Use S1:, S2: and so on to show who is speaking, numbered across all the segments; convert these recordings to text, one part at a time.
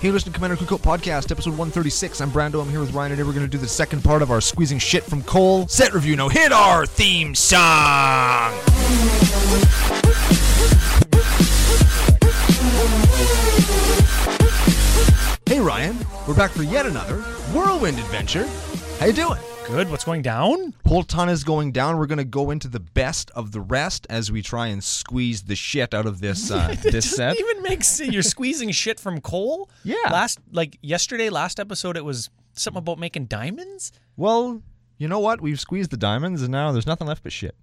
S1: Hey, listen to Commander Cookout Podcast, episode 136. I'm Brando. I'm here with Ryan. and Today we're going to do the second part of our Squeezing Shit from Coal set review. Now, hit our theme song! Hey, Ryan. We're back for yet another whirlwind adventure. How you doing?
S2: Good. What's going down?
S1: Whole ton is going down. We're going to go into the best of the rest as we try and squeeze the shit out of this uh, this set.
S2: Even makes sense. You're squeezing shit from coal.
S1: Yeah.
S2: Last, like yesterday, last episode, it was something about making diamonds,
S1: Well, you know what? We've squeezed the diamonds, and now there's nothing left but shit.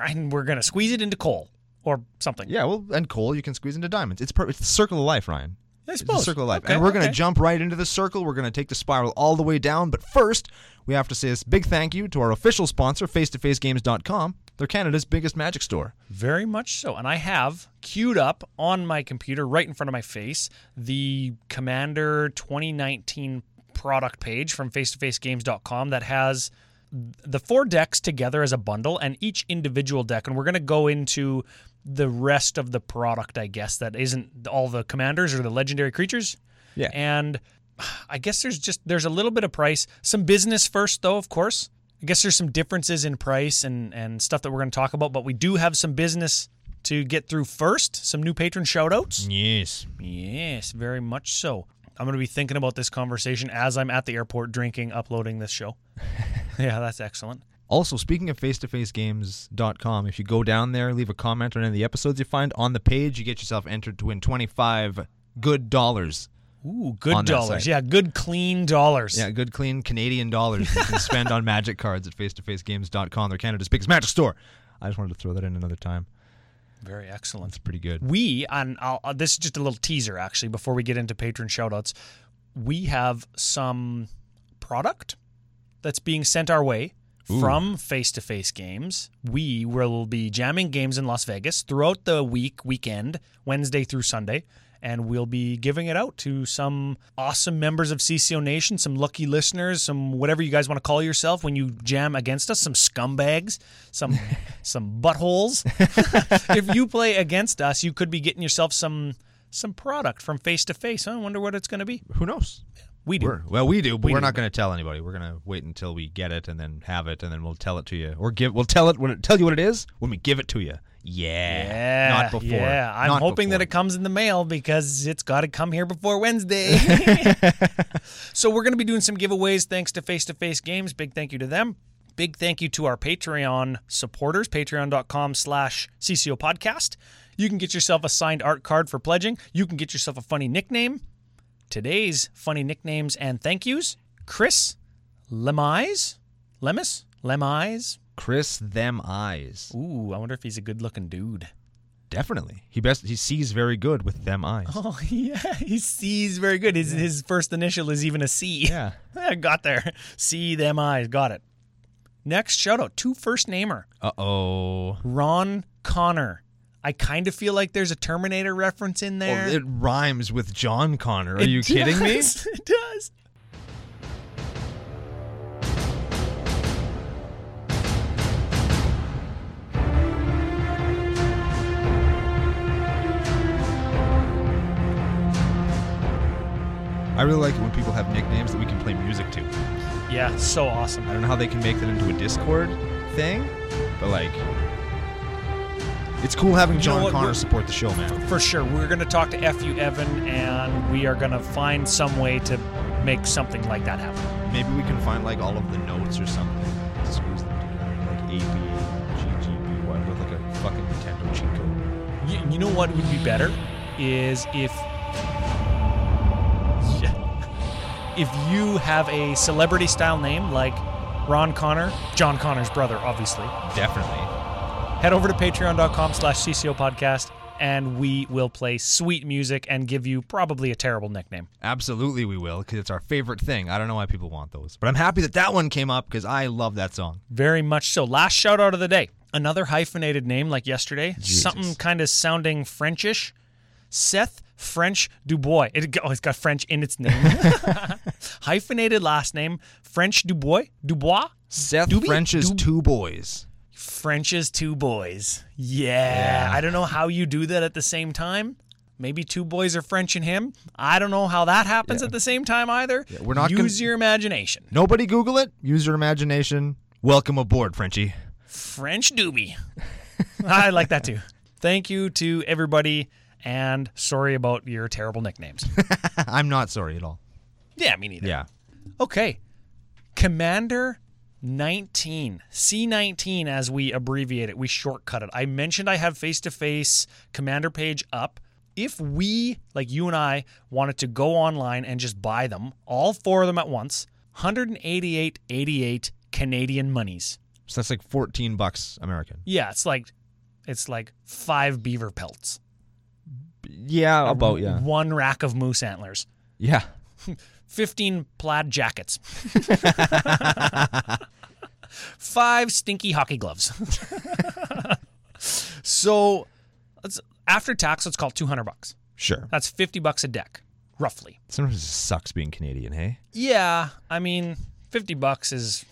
S2: and we're gonna squeeze it into coal or something.
S1: Yeah, well, and coal you can squeeze into diamonds. It's per- it's the circle of life, Ryan.
S2: I
S1: It's the
S2: suppose.
S1: circle of life,
S2: Okay,
S1: and we're gonna
S2: okay.
S1: jump right into the circle. We're gonna take the spiral all the way down. But first, we have to say this big thank you to our official sponsor, FaceToFaceGames.com. They're Canada's biggest magic store.
S2: Very much so. And I have queued up on my computer, right in front of my face, the Commander 2019 product page from face2facegames.com that has the four decks together as a bundle and each individual deck. And we're going to go into the rest of the product, I guess, that isn't all the commanders or the legendary creatures.
S1: Yeah.
S2: And I guess there's just there's a little bit of price. Some business first though, of course. I guess there's some differences in price and and stuff that we're going to talk about, but we do have some business to get through first. Some new patron shout outs.
S1: Yes.
S2: Yes, very much so. I'm going to be thinking about this conversation as I'm at the airport drinking, uploading this show. yeah, that's excellent.
S1: Also, speaking of face2facegames.com, if you go down there, leave a comment on any of the episodes you find on the page, you get yourself entered to win 25 good dollars.
S2: Ooh, good
S1: On that
S2: dollars.
S1: site.
S2: Yeah, good clean dollars.
S1: Yeah, good, clean Canadian dollars you can spend on magic cards at face2facegames.com. They're Canada's biggest magic store. I just wanted to throw that in another time.
S2: Very excellent.
S1: It's pretty good.
S2: we and I'll, uh, this is just a little teaser actually before we get into patron shoutouts we have some product that's being sent our way from face to face games we will be jamming games in las vegas throughout the week weekend wednesday through sunday and we'll be giving it out to some awesome members of CCO Nation, some lucky listeners, some whatever you guys want to call yourself when you jam against us, some scumbags, some some buttholes. if you play against us, you could be getting yourself some some product from face to face. I wonder what it's going to be.
S1: Who knows?
S2: We do.
S1: We're, well, we do, but we are
S2: do.
S1: not going to tell anybody. We're going to wait until we get it and then have it, and then we'll tell it to you, or give. We'll tell it when it, tell you what it is when we give it to you. Yeah,
S2: yeah,
S1: not before.
S2: Yeah, I'm
S1: Not
S2: hoping
S1: before.
S2: that it comes in the mail because it's got to come here before Wednesday. so we're going to be doing some giveaways thanks to Face to Face Games. Big thank you to them. Big thank you to our Patreon supporters, patreon.com slash CCO podcast. You can get yourself a signed art card for pledging. You can get yourself a funny nickname. Today's funny nicknames and thank yous, Chris Lemise, Lemis, Lemise.
S1: Chris them eyes.
S2: Ooh, I wonder if he's a good looking dude.
S1: Definitely. He best he sees very good with them eyes.
S2: Oh yeah, he sees very good. His his first initial is even a C.
S1: Yeah.
S2: got there. See them eyes, got it. Next shout out to first namer
S1: Uh oh.
S2: Ron Connor. I kind of feel like there's a Terminator reference in there.
S1: Oh, It rhymes with John Connor. Are
S2: It
S1: you kidding me?
S2: does, It does.
S1: I really like it when people have nicknames that we can play music to. I
S2: Yeah, so awesome.
S1: don't know how they can make that into a Discord thing, but like, it's cool having
S2: know
S1: John
S2: what?
S1: Connor
S2: We're-
S1: support the show, man.
S2: For sure, we're gonna talk to Fu Evan, and we are gonna find some way to make something like that happen.
S1: Maybe we can find like all of the notes or something. Squeeze them together, like A B A G G B Y with like a fucking Nintendo cheat code.
S2: You, you know what would be better is if if you have a celebrity style name like Ron Connor, John Connor's brother, obviously.
S1: Definitely.
S2: Head over to patreon.com slash CCO podcast and we will play sweet music and give you probably a terrible nickname.
S1: Absolutely, we will because it's our favorite thing. I don't know why people want those, but I'm happy that that one came up because I love that song.
S2: Very much so. Last shout out of the day. Another hyphenated name like yesterday.
S1: Jesus.
S2: Something kind of sounding Frenchish. Seth French Dubois. It, g- oh, it's got French in its name. hyphenated last name French Dubois. Dubois.
S1: Seth
S2: Doobie?
S1: French's
S2: Doob-
S1: two boys.
S2: French's two boys. Yeah. I don't know how you do that at the same time. Maybe two boys are French and him. I don't know how that happens at the same time either.
S1: Yeah, we're not
S2: use
S1: gonna-
S2: your imagination.
S1: Nobody Google it. Use your imagination. Welcome aboard, Frenchie.
S2: French doobie. I like that too. Thank you to everybody, and sorry about your terrible nicknames.
S1: I'm not sorry at all.
S2: yeah, me neither.
S1: Yeah.
S2: Okay. Commander 19, C19 as we abbreviate it, we shortcut it. I mentioned I have face to face commander page up. If we, like you and I, wanted to go online and just buy them, all four of them at once, 188.88 Canadian monies.
S1: So that's like 14 bucks American.
S2: Yeah, it's like it's like 5 beaver pelts.
S1: Yeah, about yeah.
S2: One rack of moose antlers.
S1: Yeah.
S2: 15 plaid jackets, five stinky hockey gloves. so let's, after tax, let's call it 200 bucks.
S1: Sure.
S2: That's 50 bucks a deck, roughly.
S1: Sometimes it sucks being Canadian, hey?
S2: Yeah, I mean, 50 bucks is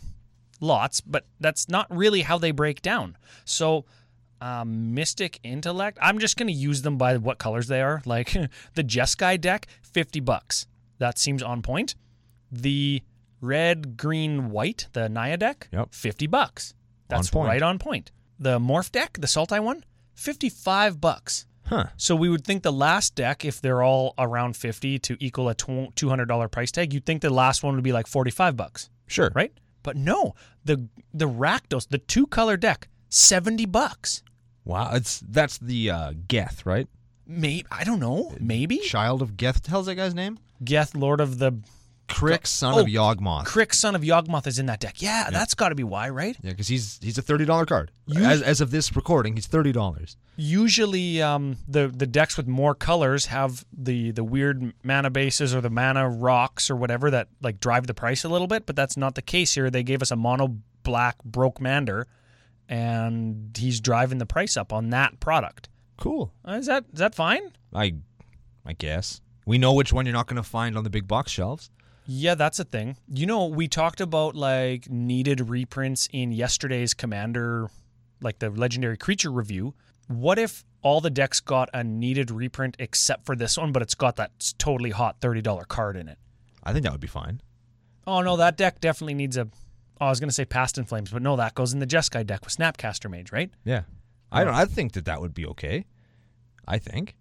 S2: lots, but that's not really how they break down. So, um, Mystic Intellect, I'm just going to use them by what colors they are. Like the Jeskai deck, 50 bucks. That seems on point. The red, green, white, the Naya deck,
S1: Yep.
S2: 50 bucks. That's
S1: point.
S2: right on point. The Morph deck, the Sultai one, 55 bucks.
S1: Huh.
S2: So we would think the last deck, if they're all around fifty to equal a tw- two hundred dollar price tag, you'd think the last one would be like forty five bucks,
S1: Sure.
S2: right? But no, the the Rakdos, the two color deck, seventy bucks.
S1: Wow. It's that's the uh Geth, right?
S2: Maybe I don't know. Maybe
S1: Child of Geth. How's that guy's name?
S2: Geth, Lord of the
S1: Crick, son
S2: Oh,
S1: of Yawgmoth.
S2: Crick, son of Yawgmoth, is in that deck. Yeah, that's got to be why, right?
S1: yeah, because he's he's a thirty dollar card. As, as of this recording, he's thirty dollars.
S2: Usually, um, the the decks with more colors have the the weird mana bases or the mana rocks or whatever that like drive the price a little bit. But that's not the case here. They gave us a mono black broke mander, and he's driving the price up on that product.
S1: Cool.
S2: Uh, Is that is that fine?
S1: I I guess. We know which one you're not gonna find on the big box shelves.
S2: Yeah, that's a thing. You know, we talked about like needed reprints in yesterday's Commander, like the legendary creature review. What if all the decks got a needed reprint except for this one, but it's got that s- totally hot $30 card in it?
S1: I think that would be fine.
S2: Oh, no, that deck definitely needs a. Oh, I was going to say Past in Flames, but no, that goes in the Jeskai deck with Snapcaster Mage, right?
S1: Yeah. I don't I think that that would be okay. I think.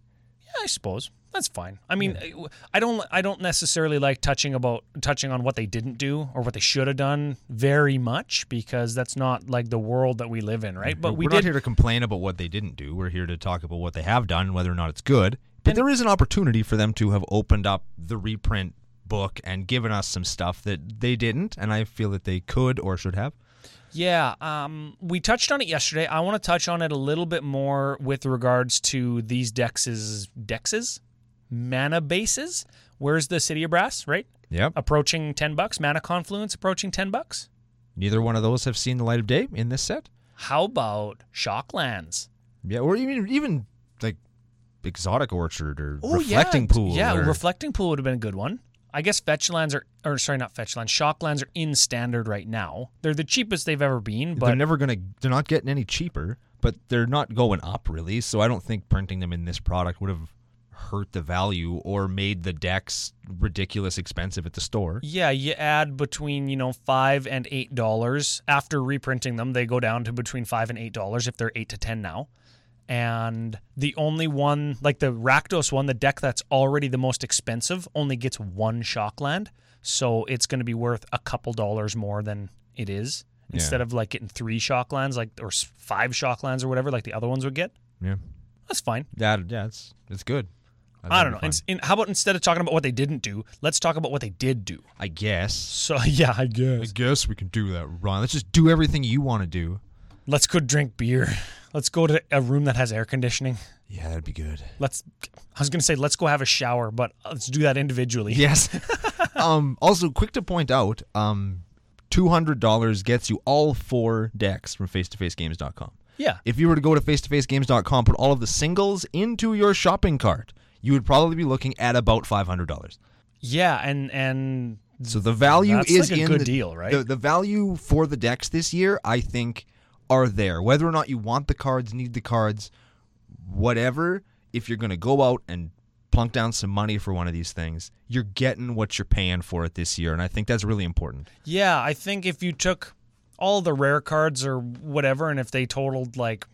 S2: Yeah, I suppose that's fine. I mean, uh, I don't I don't necessarily like touching about touching on what they didn't do or what they should have done very much because that's not like the world that we live in, right? But
S1: We're
S2: we
S1: not
S2: did.
S1: here to complain about what they didn't do. We're here to talk about what they have done and whether or not it's good. But there is an opportunity for them to have opened up the reprint book and given us some stuff that they didn't, and I feel that they could or should have.
S2: Yeah, um, we touched on it yesterday. I want to touch on it a little bit more with regards to these dexes, dexes, mana bases. Where's the City of Brass? Right,
S1: Yep.
S2: approaching ten bucks. Mana Confluence approaching ten bucks.
S1: Neither one of those have seen the light of day in this set.
S2: How about Shocklands?
S1: Yeah, or even even like exotic orchard or
S2: Oh,
S1: reflecting
S2: yeah.
S1: pool.
S2: Yeah,
S1: or-
S2: reflecting pool would have been a good one. I guess fetch lands are, or sorry, not fetch lands. Shock lands are in standard right now. They're the cheapest they've ever been,
S1: they're
S2: but
S1: never gonna. They're not getting any cheaper, but they're not going up really. So I don't think printing them in this product would have hurt the value or made the decks ridiculous expensive at the store.
S2: yeah, you add between you know five and eight dollars after reprinting them. They go down to between five and eight dollars if they're eight to ten now. And the only one, like the Rakdos one, the deck that's already the most expensive, only gets one shock land, so it's going to be worth a couple dollars more than it is. Instead of like getting three shock lands, like or s- five shock lands or whatever, like the other ones would get.
S1: Yeah,
S2: That's fine.
S1: that yeah, it's it's good.
S2: I don't
S1: That'd be
S2: know.
S1: fine.
S2: Ins- in, how about instead of talking about what they didn't do, let's talk about what they did do.
S1: I guess.
S2: So yeah, I
S1: I
S2: guess
S1: guess we can do that, Ron. Let's just do everything you want to do.
S2: let's go drink beer. Let's go to a room that has air conditioning.
S1: Yeah, that'd be good.
S2: Let's. I was gonna say let's go have a shower, but let's do that individually.
S1: Yes. um, also, quick to point out, um, two hundred dollars gets you all four decks from FaceToFaceGames.com.
S2: Yeah.
S1: If you were to go to FaceToFaceGames.com, put all of the singles into your shopping cart, you would probably be looking at about five hundred dollars.
S2: Yeah, and and
S1: So the value
S2: That's
S1: is
S2: like a
S1: in
S2: good
S1: the,
S2: deal, right?
S1: The, the value for the decks this year, I think, are there. Whether or not you want the cards, need the cards, whatever, if you're going to go out and plunk down some money for one of these things, you're getting what you're paying for it this year. And I think that's really important.
S2: Yeah, I think if you took all the rare cards or whatever, and if they totaled like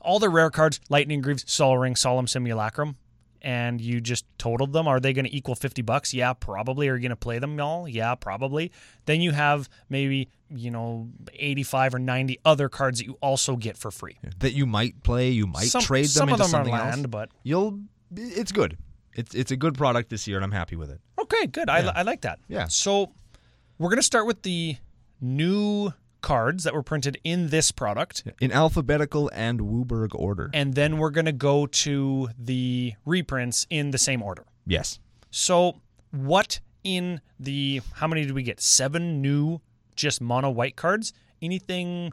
S2: all the rare cards, Lightning Greaves, Sol Ring, Solemn Simulacrum, and you just totaled them, are they going to equal 50 bucks? Yeah, probably. Are you going to play them all? Yeah, probably. Then you have maybe, you know, 85 or 90 other cards that you also get for free.
S1: That you might play, you might
S2: Some-
S1: trade them
S2: some of
S1: into
S2: them are
S1: something
S2: land,
S1: else.
S2: but-
S1: You'll it's good. It's it's a good product this year and I'm happy with it.
S2: Okay, good. I, li- I like that.
S1: Yeah.
S2: So we're going to start with the new cards that were printed in this product.
S1: In alphabetical and Wooberg order.
S2: And then we're going to go to the reprints in the same order.
S1: yes.
S2: So, what in the how many did we get? Seven new just mono white cards. Anything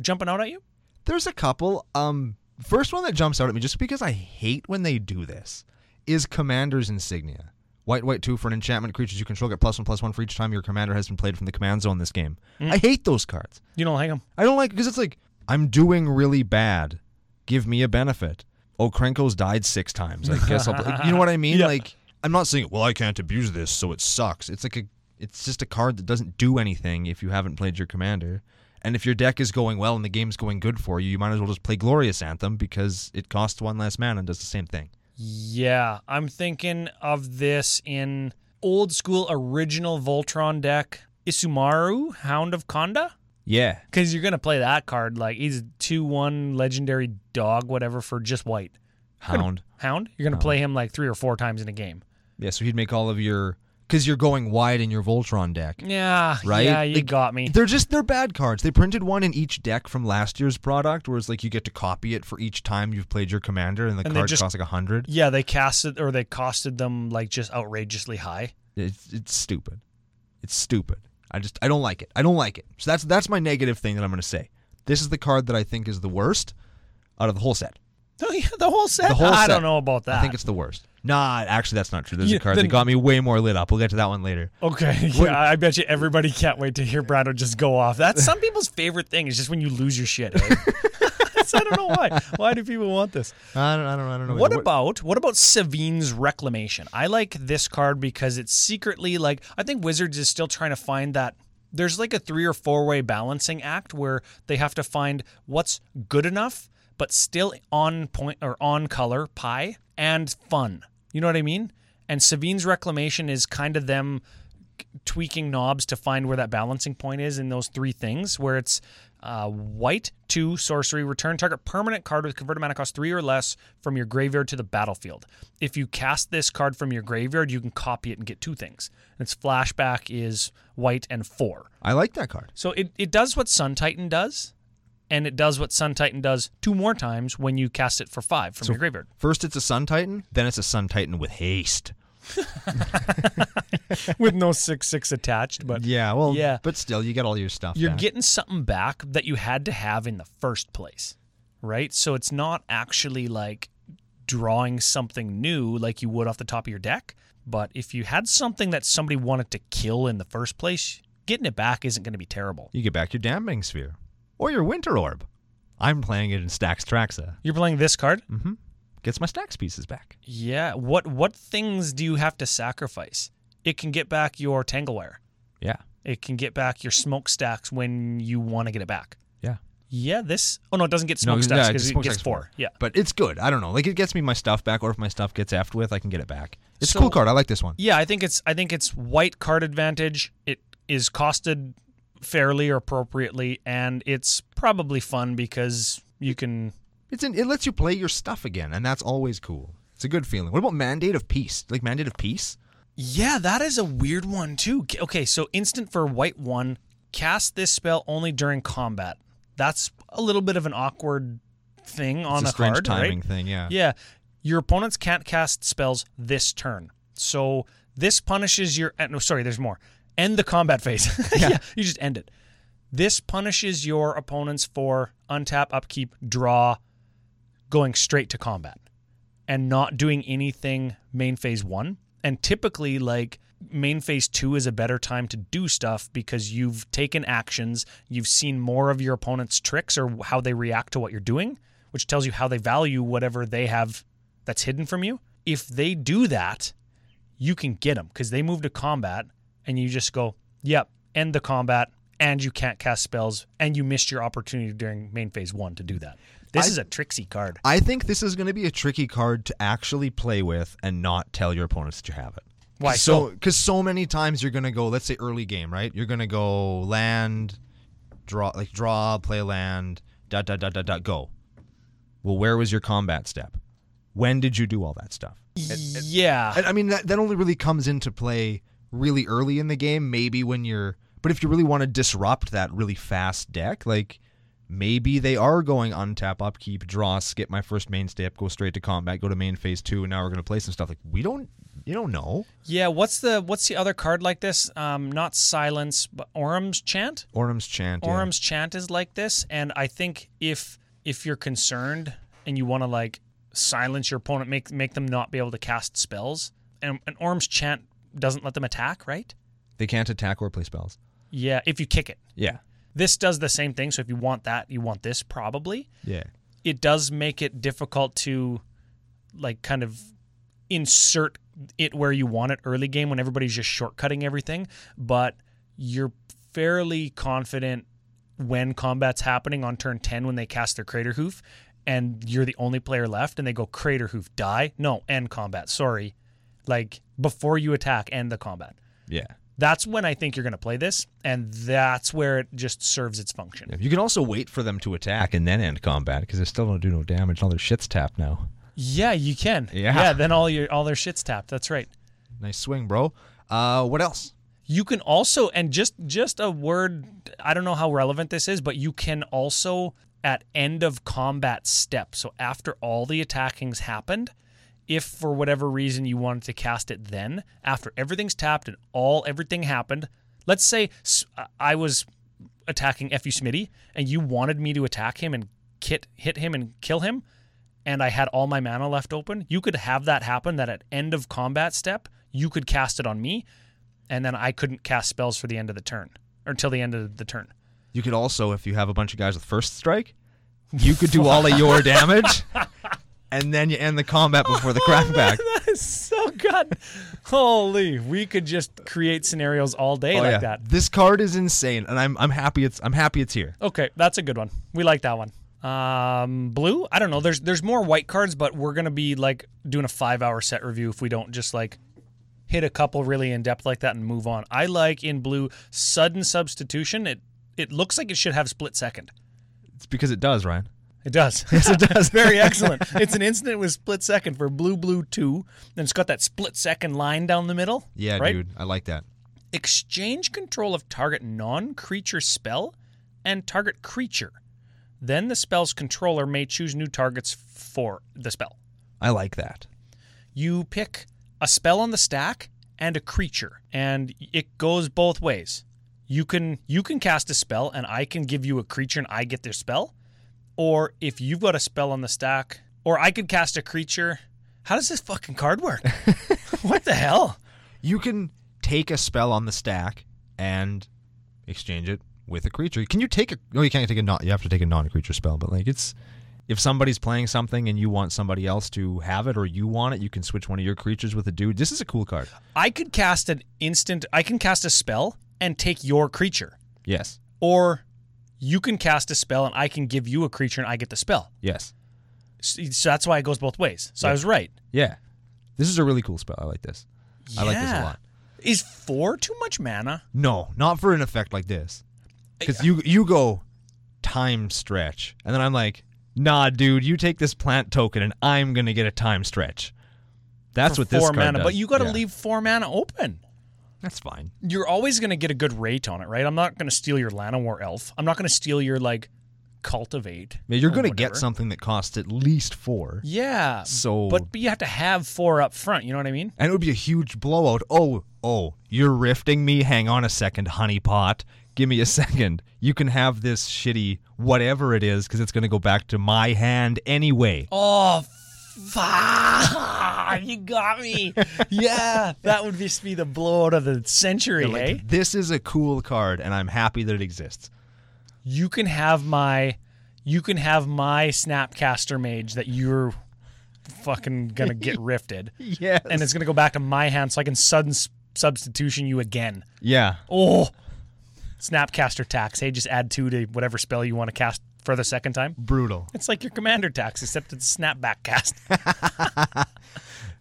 S2: jumping out at you?
S1: There's a couple. Um, first one that jumps out at me, just because I hate when they do this, is Commander's Insignia. White, white, two for an enchantment. Creatures you control get plus one, plus one for each time your commander has been played from the command zone this game. I hate those cards.
S2: You don't like them?
S1: I don't like because it's like I'm doing really bad. Give me a benefit. Oh, Krenko's died six times. I guess I'll. Play. You know what I mean? Like I'm not saying well I can't abuse this, so it sucks. It's like a it's just a card that doesn't do anything if you haven't played your commander. And if your deck is going well and the game's going good for you, you might as well just play Glorious Anthem because it costs one less mana and does the same thing.
S2: Yeah, I'm thinking of this in old school original Voltron deck. Isumaru, Hound of Conda.
S1: Yeah.
S2: Because you're gonna play that card like he's two one legendary dog whatever for just white
S1: Hound.
S2: hound. You're
S1: Oh.
S2: gonna play him like three or four times in a game.
S1: Yeah, so he'd make all of your because you're going wide in your Voltron deck.
S2: Yeah,
S1: Right?
S2: Yeah, you
S1: Like,
S2: got me.
S1: They're just they're bad cards. They printed one in each deck from last year's product, where it's like you get to copy it for each time you've played your commander, and the
S2: And they
S1: card
S2: just-
S1: costs like a hundred.
S2: Yeah, they casted or they costed them like just outrageously high.
S1: It's, it's stupid. It's stupid. I just I don't like it. I don't like it. So that's that's my negative thing that I'm going to say. This is the card that I think is the worst out of the whole set.
S2: Oh yeah, the whole set.
S1: The whole
S2: I
S1: set.
S2: don't know about that.
S1: I think it's the worst. Nah, actually that's not true. There's
S2: Yeah,
S1: a card
S2: then-
S1: that got me way more lit up. We'll get to that one later.
S2: okay. Yeah, I bet you everybody can't wait to hear Brando just go off. That's some people's favorite thing is just when you lose your shit. eh? I don't know why. Why do people want this?
S1: I don't I don't I don't know.
S2: What about what about Savine's Reclamation? I like this card because it's secretly like I think Wizards is still trying to find that there's like a three or four way balancing act where they have to find what's good enough but still on point or on color pie and fun. You know what I mean? And Savine's Reclamation is kind of them tweaking knobs to find where that balancing point is in those three things where it's uh, white two sorcery return target permanent card with converted mana cost three or less from your graveyard to the battlefield if you cast this card from your graveyard you can copy it and get two things and its flashback is white and four
S1: I like that card.
S2: so it, it does what sun titan does and it does what sun titan does two more times when you cast it for five from your graveyard
S1: First it's a Sun Titan, then it's a Sun Titan with haste.
S2: with no six six attached but
S1: Yeah, well,
S2: Yeah.
S1: but still you get all your stuff.
S2: You're
S1: back.
S2: getting something back that you had to have in the first place, right? So it's not actually like drawing something new like you would off the top of your deck. But if you had something that somebody wanted to kill in the first place, getting it back isn't going to be terrible.
S1: You get back your damning sphere or your winter orb. I'm playing it in Stacks Traxa.
S2: You're playing this card?
S1: Gets my stacks pieces back.
S2: Yeah. What what things do you have to sacrifice? It can get back your Tanglewire.
S1: Yeah,
S2: It can get back your smokestacks when you want to get it back.
S1: yeah.
S2: Yeah, this. Oh no, it doesn't get smokestacks because it gets four. Yeah.
S1: but it's good. I don't know. Like it gets me my stuff back, or if my stuff gets effed with, I can get it back. It's
S2: So-
S1: a cool card. I like this one.
S2: Yeah, I think it's I think it's white card advantage. It is costed fairly or appropriately, and it's probably fun because you can.
S1: It's an, it lets you play your stuff again, and that's always cool. It's a good feeling. What about Mandate of Peace? Like Mandate of Peace?
S2: Yeah, that is a weird one too. K- Okay, so instant for white one, cast this spell only during combat. That's a little bit of an awkward thing on
S1: It's a,
S2: a,
S1: strange
S2: card, right?
S1: timing thing. Yeah.
S2: Yeah. Your opponents can't cast spells this turn. So this punishes your. eh, No, sorry, there's more. End the combat phase. yeah. You just end it. This punishes your opponents for untap, upkeep, draw, going straight to combat and not doing anything main phase one. And typically, like, main phase two is a better time to do stuff because you've taken actions, you've seen more of your opponent's tricks or how they react to what you're doing, which tells you how they value whatever they have that's hidden from you. If they do that, you can get them because they move to combat and you just go, yep, end the combat and you can't cast spells and you missed your opportunity during main phase one to do that. This
S1: I-
S2: is a tricksy card.
S1: I think this is going to be a tricky card to actually play with and not tell your opponents that you have it.
S2: Why
S1: So, because so many times you're going to go, let's say early game, right? You're going to go land, draw, like draw, play land, dot, dot, dot, dot, dot, go. Well, where was your combat step? When did you do all that stuff?
S2: yeah.
S1: And I mean, that, that only really comes into play really early in the game, maybe when you're. But if you really want to disrupt that really fast deck, like maybe they are going untap, upkeep, draw, skip my first main step, go straight to combat, go to main phase two, and now we're going to play some stuff. Like, we don't. You don't know.
S2: Yeah, what's the what's the other card like this? Um, not silence, but Orum's chant.
S1: Orum's chant. yeah.
S2: Orum's chant is like this, and I think if if you're concerned and you want to like silence your opponent, make make them not be able to cast spells, and an Orum's chant doesn't let them attack, right?
S1: They can't attack or play spells.
S2: Yeah, if you kick it,
S1: Yeah.
S2: this does the same thing. So if you want that, you want this probably.
S1: Yeah.
S2: It does make it difficult to like kind of insert it where you want it early game when everybody's just shortcutting everything, but you're fairly confident when combat's happening on turn 10 when they cast their crater hoof and you're the only player left and they go crater hoof die. No, end combat. Sorry. Like before you attack, end the combat.
S1: Yeah.
S2: That's when I think you're going to play this and that's where it just serves its function.
S1: You can also wait for them to attack and then end combat because they still don't do no damage. All their shit's tapped now.
S2: Yeah, you can.
S1: Yeah.
S2: then all your all their shit's tapped. That's right.
S1: Nice swing, bro. Uh, what else?
S2: You can also and just just a word I don't know how relevant this is, but you can also at end of combat step. So after all the attackings happened, if for whatever reason you wanted to cast it then, after everything's tapped and all everything happened, let's say s- I was attacking Fu Smitty and you wanted me to attack him and kit, hit him and kill him, and I had all my mana left open, you could have that happen that at end of combat step, you could cast it on me, and then I couldn't cast spells for the end of the turn or until the end of the turn.
S1: You could also, if you have a bunch of guys with first strike, you could do all of your damage, and then you end the combat before the crackback.
S2: That is so good. Holy, we could just create scenarios all day
S1: Oh,
S2: like
S1: yeah.
S2: that.
S1: This card is insane, and I'm I'm happy it's I'm happy it's here.
S2: Okay, that's a good one. We like that one. Um, blue. I don't know. There's there's more white cards, but we're gonna be like doing a five hour set review if we don't just like hit a couple really in depth like that and move on. I like in blue sudden substitution. It it looks like it should have split second.
S1: It's because it does, Ryan.
S2: It does. Yes, it does. Very excellent. It's an instant with split second for blue blue two. Then it's got that split second line down the middle.
S1: Yeah,
S2: right?
S1: dude, I like that.
S2: exchange control of target non creature spell and target creature. Then the spell's controller may choose new targets for the spell.
S1: I like that.
S2: You pick a spell on the stack and a creature, and it goes both ways. You can you can cast a spell and I can give you a creature and I get their spell. Or if you've got a spell on the stack, or I could cast a creature. How does this fucking card work? what the hell?
S1: You can take a spell on the stack and exchange it with a creature. Can you take a? No, you can't take a non. You have to take a non-creature spell, but like it's. If somebody's playing something and you want somebody else to have it or you want it, you can switch one of your creatures with a dude. This is a cool card.
S2: I could cast an instant. I can cast a spell and take your creature,
S1: Yes.
S2: or you can cast a spell and I can give you a creature and I get the spell.
S1: Yes.
S2: So, so that's why it goes both ways. So I
S1: Yeah.
S2: was right.
S1: Yeah. This is a really cool spell. I like this. I like this a
S2: Yeah.
S1: lot.
S2: Is four too much mana?
S1: No, not for an effect like this. Because you you go time stretch, and then I'm like, nah, dude, you take this plant token, and I'm gonna get a time stretch. That's
S2: for
S1: what this
S2: four
S1: card
S2: mana,
S1: does.
S2: but you got to
S1: Yeah.
S2: leave four mana open.
S1: That's fine.
S2: You're always going to get a good rate on it, right? I'm not going to steal your Llanowar Elf. I'm not going to steal your like cultivate.
S1: Yeah, you're
S2: or
S1: gonna
S2: whatever.
S1: get something that costs at least four,
S2: Yeah.
S1: So-
S2: but, but you have to have four up front. You know what I mean?
S1: and it would be a huge blowout. Oh, oh, you're rifting me. Hang on a second, honey pot. Give me a second. You can have this shitty whatever it is because it's gonna go back to my hand anyway.
S2: Oh, fuck. You got me. yeah, that would just be the blowout of the century,
S1: Like,
S2: eh?
S1: This is a cool card, and I'm happy that it exists.
S2: You can have my. you can have my Snapcaster mage that you're fucking gonna get rifted,
S1: Yes.
S2: and it's gonna go back to my hand, so I can sudden s- substitution you again.
S1: yeah.
S2: Oh, Snapcaster tax. Hey, just add two to whatever spell you want to cast for the second time.
S1: Brutal.
S2: It's like your commander tax, except it's snapback cast.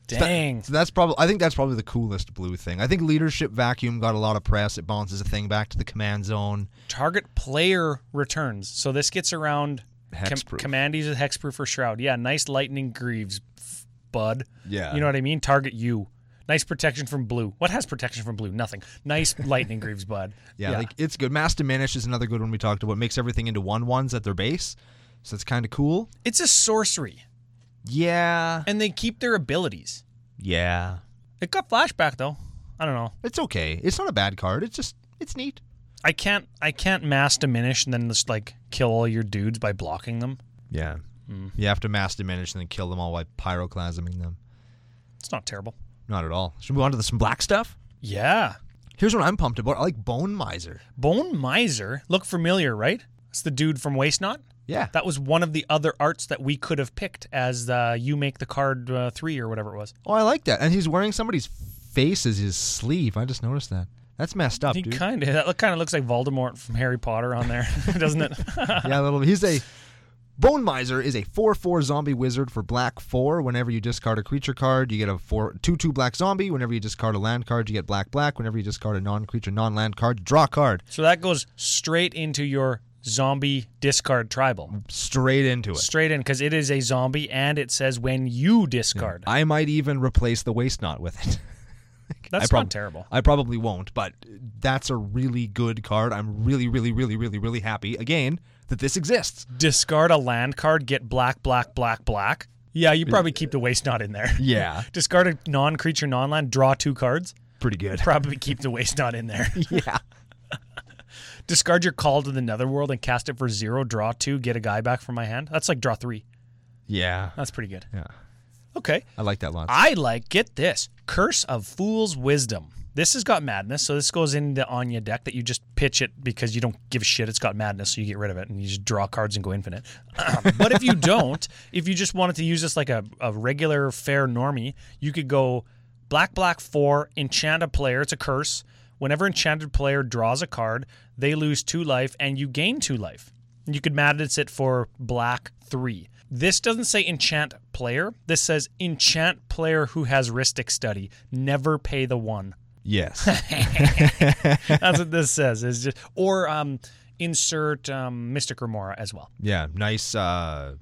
S2: Dang.
S1: So that's probably I think that's probably the coolest blue thing. I think leadership vacuum got a lot of press. It bounces a thing back to the command zone.
S2: Target player returns. So this gets around
S1: Hexproof.
S2: commandees with hexproof or shroud. Yeah, nice lightning greaves, f- bud.
S1: Yeah.
S2: You know what I mean? Target you. Nice protection from blue. What has protection from blue? Nothing. Nice lightning greaves, bud.
S1: Yeah, like it's good. Mass diminish is another good one we talked about. Makes everything into one ones at their base. So that's kind of cool.
S2: it's a sorcery,
S1: Yeah.
S2: and they keep their abilities.
S1: Yeah.
S2: It got flashback though. I don't know.
S1: It's okay. It's not a bad card. It's just it's neat.
S2: I can't. I can't mass diminish and then just like kill all your dudes by blocking them.
S1: Yeah.
S2: Mm.
S1: You have to mass diminish and then kill them all by pyroclasming them.
S2: It's not terrible.
S1: Not at all. Should we move on to the, some black stuff?
S2: Yeah.
S1: Here's what I'm pumped about. I like Bone Miser.
S2: Bone Miser look familiar, right? It's the dude from Waste Not.
S1: Yeah.
S2: That was one of the other arts that we could have picked as uh, you make the card uh, three or whatever it was.
S1: Oh, I like that. And he's wearing somebody's face as his sleeve. I just noticed that. That's messed up,
S2: He
S1: dude.
S2: kind of that kind of looks like Voldemort from Harry Potter on there, doesn't it?
S1: yeah, a little. He's a Bone Miser is a four-four zombie wizard for black four. Whenever you discard a creature card, you get a four two-two black zombie. Whenever you discard a land card, you get black black. Whenever you discard a non-creature non-land card, draw a card.
S2: so that goes straight into your zombie discard tribal,
S1: Straight into it.
S2: straight in because it is a zombie and it says when you discard.
S1: I might even replace the waste knot with it.
S2: That's
S1: I prob-
S2: not terrible.
S1: I probably won't, but that's a really good card. I'm really, really, really, really, really happy again that this exists.
S2: Discard a land card, get black, black, black, black. Yeah, you probably keep the waste not in there.
S1: Yeah,
S2: Discard a non-creature, non-land, draw two cards.
S1: pretty good.
S2: Probably keep the waste not in there.
S1: yeah.
S2: Discard your call to the netherworld and cast it for zero. Draw two, get a guy back from my hand. That's like draw three.
S1: Yeah.
S2: That's pretty good.
S1: Yeah.
S2: Okay.
S1: I like that lot.
S2: I like, get this Curse of Fool's Wisdom. This has got madness, so this goes in the Anya deck that you just pitch it because you don't give a shit. It's got madness, so you get rid of it and you just draw cards and go infinite. but if you don't, if you just wanted to use this like a, a regular fair normie, you could go black, black, four, enchant a player. It's a curse. Whenever enchanted player draws a card, they lose two life and you gain two life. You could madness it for black three. This doesn't say enchant player. This says enchant player who has Ristic Study. Never pay the one.
S1: yes.
S2: That's what this says. Is just or um, insert um, Mystic Remora as well.
S1: yeah. Nice uh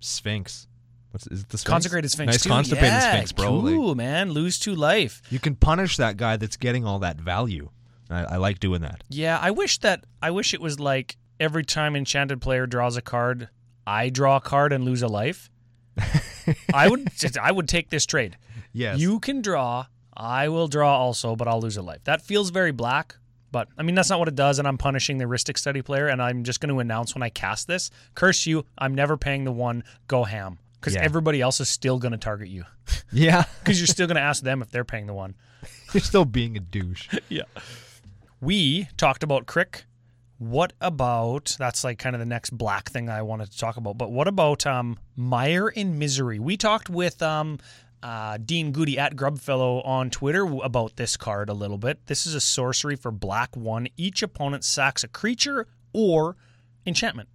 S1: Sphinx. What's is it the Sphinx?
S2: Consecrated Sphinx.
S1: Nice
S2: too.
S1: consecrated
S2: yeah,
S1: Sphinx, bro. Like,
S2: Cool, man. Lose two life.
S1: you can punish that guy that's getting all that value. I, I like doing that.
S2: Yeah, I wish that I wish it was like every time enchanted player draws a card, I draw a card and lose a life. I would I would take this trade.
S1: Yes.
S2: You can draw. I will draw also, but I'll lose a life. That feels very black, but I mean, that's not what it does. And I'm punishing the Ristic Study player, and I'm just going to announce when I cast this curse you. I'm never paying the one. Go ham. Because
S1: Yeah.
S2: everybody else is still going to target you.
S1: Yeah.
S2: Because you're still going to ask them if they're paying the one.
S1: You're still being a douche.
S2: Yeah. We talked about Crick. What about that's like kind of the next black thing I wanted to talk about. But what about um Mire in Misery? We talked with um uh, Dean Goody at Grubfellow on Twitter w- about this card a little bit. This is a sorcery for black one. Each opponent sacks a creature or enchantment.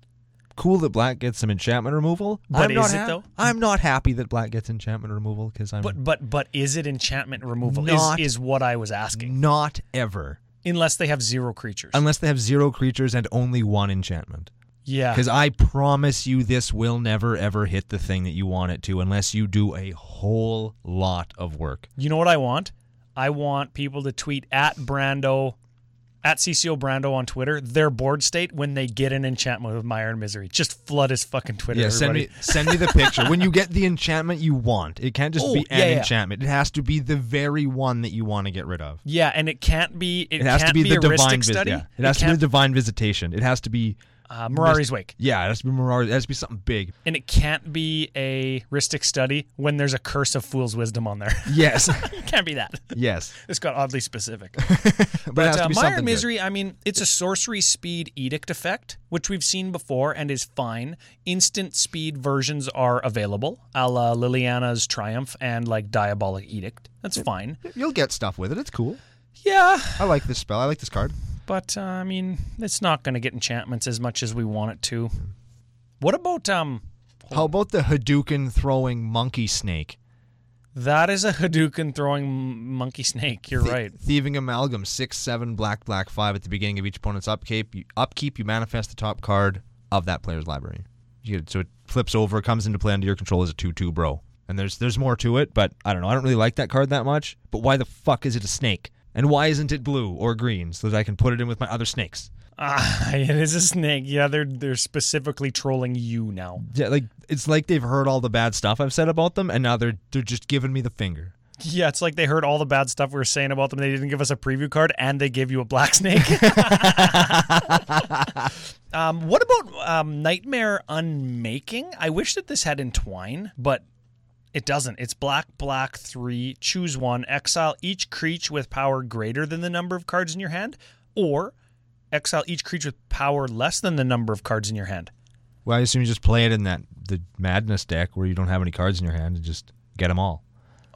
S1: Cool that Black gets some enchantment removal.
S2: But
S1: I'm not
S2: is it,
S1: hap-
S2: though?
S1: I'm not happy that Black gets enchantment removal because I'm
S2: But but but is it enchantment removal?
S1: Not-
S2: is is what I was asking.
S1: not ever.
S2: Unless they have zero creatures.
S1: Unless they have zero creatures and only one enchantment.
S2: yeah.
S1: Because I promise you, this will never ever hit the thing that you want it to unless you do a whole lot of work.
S2: You know what I want? I want people to tweet at Brando, at CCO Brando on Twitter, their board state when they get an enchantment with Mire and Misery. Just flood his fucking Twitter,
S1: Yeah, send
S2: everybody.
S1: me send me the picture. when you get the enchantment you want, it can't just
S2: Oh,
S1: be an
S2: yeah, yeah.
S1: enchantment. It has to be the very one that you want to get rid of.
S2: yeah, and it can't be. It,
S1: It has
S2: can't
S1: to be, the
S2: a Ristic
S1: divine vis-
S2: study.
S1: yeah. It has to be
S2: can't-
S1: the divine visitation. It has to be
S2: uh, Mirari's Wake.
S1: Yeah, it has to be Mirari. It has to be something big.
S2: And it can't be a Ristic study when there's a curse of fool's wisdom on there.
S1: Yes,
S2: it can't be that.
S1: yes.
S2: This got oddly specific.
S1: But, it
S2: But
S1: has to
S2: uh,
S1: be
S2: Mire
S1: something
S2: Misery, I mean, it's a sorcery speed edict effect, which we've seen before and is fine. Instant speed versions are available, a la Liliana's Triumph and like Diabolic Edict. That's fine.
S1: good. You'll get stuff with it. It's cool.
S2: Yeah,
S1: I like this spell. I like this card.
S2: but uh, I mean, it's not going to get enchantments as much as we want it to. What about um?
S1: How about the Hadouken throwing monkey snake?
S2: That is a Hadouken throwing m- monkey snake. You're
S1: Thie-
S2: right.
S1: Thieving amalgam, six, seven, black, black, five at the beginning of each opponent's upkeep. You, upkeep, you manifest the top card of that player's library. You get, so it flips over, comes into play under your control as a two-two bro. And there's there's more to it, but I don't know. I don't really like that card that much. But why the fuck is it a snake? And why isn't it blue or green so that I can put it in with my other snakes?
S2: Ah, it is a snake. Yeah, they're they're specifically trolling you now.
S1: Yeah, like it's like they've heard all the bad stuff I've said about them, and now they're they're just giving me the finger.
S2: Yeah, it's like they heard all the bad stuff we were saying about them. They didn't give us a preview card, and they gave you a black snake. um, what about um, Nightmare Unmaking? I wish that this had entwine, but it doesn't. It's black, black three. Choose one. Exile each creature with power greater than the number of cards in your hand, or exile each creature with power less than the number of cards in your hand.
S1: Well, I assume you just play it in that the madness deck where you don't have any cards in your hand and just get them all.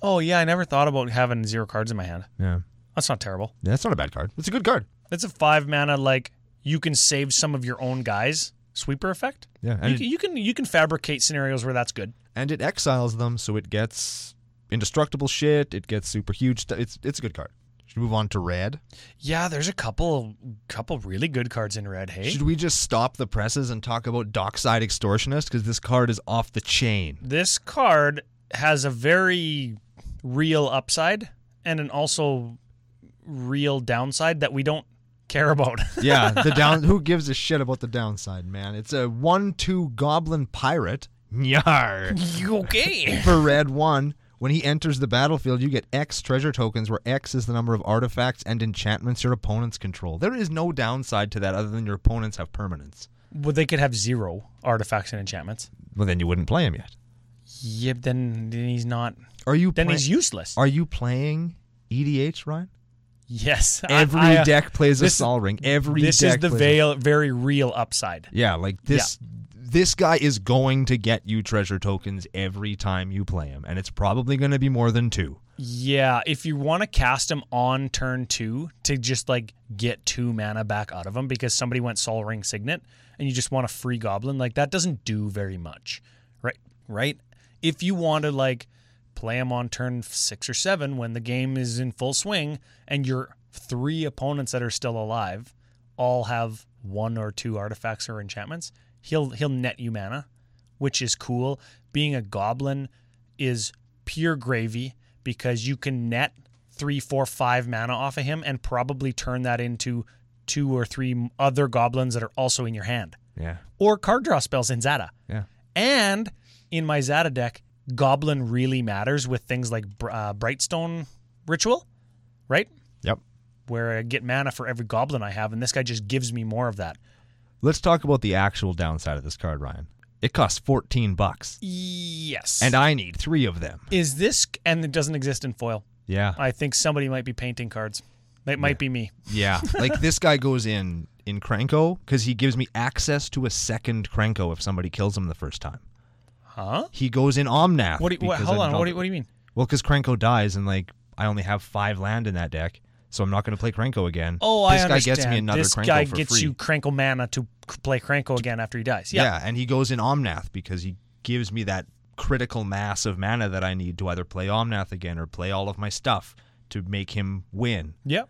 S2: Oh yeah, I never thought about having zero cards in my hand.
S1: Yeah.
S2: That's not terrible.
S1: Yeah, That's not a bad card. It's a good card.
S2: That's a five mana like you can save some of your own guys sweeper effect.
S1: Yeah,
S2: You,
S1: and
S2: can-
S1: it,
S2: you can you can fabricate scenarios where that's good.
S1: and it exiles them, so it gets indestructible shit. It gets super huge. Stu- it's it's a good card. Should we move on to red?
S2: Yeah, there's a couple couple really good cards in red. Hey,
S1: Should we just stop the presses and talk about Dockside Extortionist because this card is off the chain?
S2: this card has a very real upside and an also real downside that we don't care about.
S1: Yeah, the down. who gives a shit about the downside, man? It's a one-two Goblin Pirate. Nyar.
S2: you okay?
S1: for red one. When he enters the battlefield, you get X treasure tokens, where X is the number of artifacts and enchantments your opponents control. There is no downside to that other than your opponents have permanence.
S2: Well, they could have zero artifacts and enchantments.
S1: Well, then you wouldn't play him yet.
S2: Yep, then then he's not.
S1: Are you?
S2: Then
S1: play-
S2: he's useless.
S1: Are you playing EDH, Ryan?
S2: Yes, I-
S1: Every
S2: I, uh,
S1: deck plays a
S2: this-
S1: Sol Ring. Every
S2: This is
S1: deck
S2: the
S1: plays a-
S2: veil, very real upside.
S1: Yeah, like this. This guy is going to get you treasure tokens every time you play him, and it's probably going to be more than two.
S2: Yeah, if you want to cast him on turn two to just like get two mana back out of him because somebody went Sol Ring Signet and you just want a free goblin, like that doesn't do very much, right? Right? If you want to like play him on turn six or seven when the game is in full swing and your three opponents that are still alive all have one or two artifacts or enchantments, he'll he'll net you mana, which is cool. Being a goblin is pure gravy because you can net three, four, five mana off of him and probably turn that into two or three other goblins that are also in your hand
S1: Yeah,
S2: or card draw spells in Zada.
S1: yeah.
S2: And in my Zada deck, Goblin really matters with things like Br- uh, Brightstone Ritual, right?
S1: Yep.
S2: Where I get mana for every Goblin I have, and this guy just gives me more of that.
S1: Let's talk about the actual downside of this card, Ryan. It costs 14 bucks,
S2: Yes.
S1: and I need three of them.
S2: is this and it doesn't exist in foil?
S1: Yeah.
S2: I think somebody might be painting cards. It might be me.
S1: Yeah. like this guy goes in in Cranko because he gives me access to a second Cranko if somebody kills him the first time.
S2: Huh?
S1: He goes in Omnath.
S2: What do you, what,
S1: because
S2: hold
S1: I
S2: on.
S1: don't-
S2: What do, you, what do you mean?
S1: Well, because Cranko dies, and like I only have five land in that deck, so I'm not going to play Cranko again.
S2: Oh,
S1: this
S2: I
S1: guy
S2: understand.
S1: gets me another
S2: this
S1: Cranko
S2: guy
S1: for
S2: gets
S1: free.
S2: you Crankle mana to k- play Crankle again after he dies.
S1: Yeah.
S2: Yeah.
S1: and he goes in Omnath because he gives me that critical mass of mana that I need to either play Omnath again or play all of my stuff to make him win.
S2: Yep.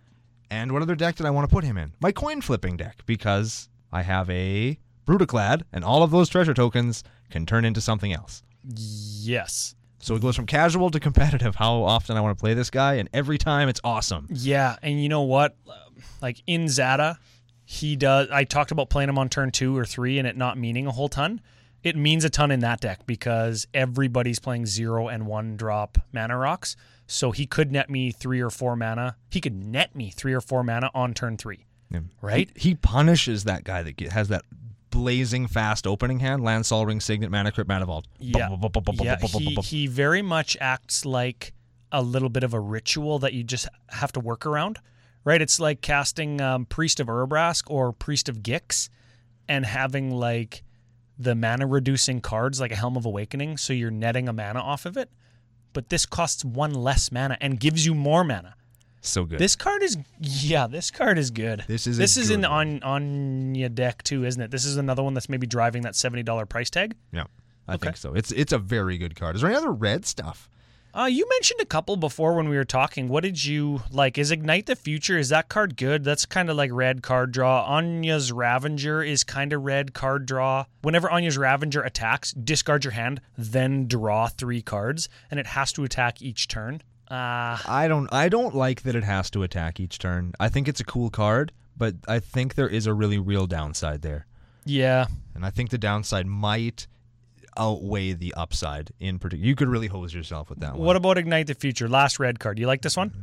S1: And what other deck did I want to put him in? My coin flipping deck because I have a Brutaclad, and all of those treasure tokens can turn into something else.
S2: Yes.
S1: So it goes from casual to competitive. How often I want to play this guy, and every time it's awesome.
S2: Yeah, and you know what? Like in Zada, he does. I talked about playing him on turn two or three, and it not meaning a whole ton. It means a ton in that deck because everybody's playing zero and one drop mana rocks. So he could net me three or four mana. He could net me three or four mana on turn three,
S1: Yeah.
S2: right?
S1: He punishes that guy that ge- has that blazing fast opening hand. Land Solring, Signet, Mana Crypt, Mana Vault.
S2: Yeah.
S1: Bu- bu- bu- bu- bu-
S2: yeah,
S1: bu- bu- bu-
S2: he,
S1: bu-
S2: he very much acts like a little bit of a ritual that you just have to work around, right? It's like casting um, Priest of Urbrask or Priest of Gix and having like the mana reducing cards like a Helm of Awakening, so you're netting a mana off of it. But this costs one less mana and gives you more mana.
S1: So good.
S2: This card is yeah, this card is good.
S1: This is a
S2: this is
S1: good
S2: in
S1: one.
S2: on on your deck too, isn't it? This is another one that's maybe driving that seventy dollar price tag.
S1: yeah. I
S2: Okay.
S1: think so. It's it's a very good card. Is there any other red stuff?
S2: Uh, you mentioned a couple before when we were talking. What did you like? Is Ignite the Future? Is that card good? That's kind of like red card draw. Anya's Ravenger is kind of red card draw. Whenever Anya's Ravenger attacks, discard your hand, then draw three cards, and it has to attack each turn. Uh,
S1: I don't I don't like that it has to attack each turn. I think it's a cool card, but I think there is a really real downside there.
S2: yeah.
S1: And I think the downside might outweigh the upside in particular. You could really hose yourself with that one.
S2: What about Ignite the Future? Last red card. You like this one?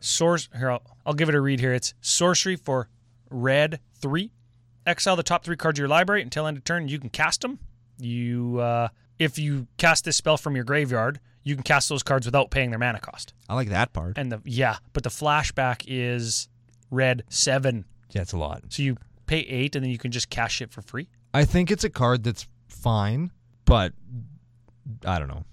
S2: Source. Here, I'll, I'll give it a read here. It's sorcery for red three. Exile the top three cards of your library until end of turn. You can cast them. You, uh, if you cast this spell from your graveyard, you can cast those cards without paying their mana cost.
S1: I like that part.
S2: And the yeah, but the flashback is red seven.
S1: Yeah, it's a lot.
S2: So you pay eight, and then you can just cash it for free.
S1: I think it's a card that's fine, but I don't know.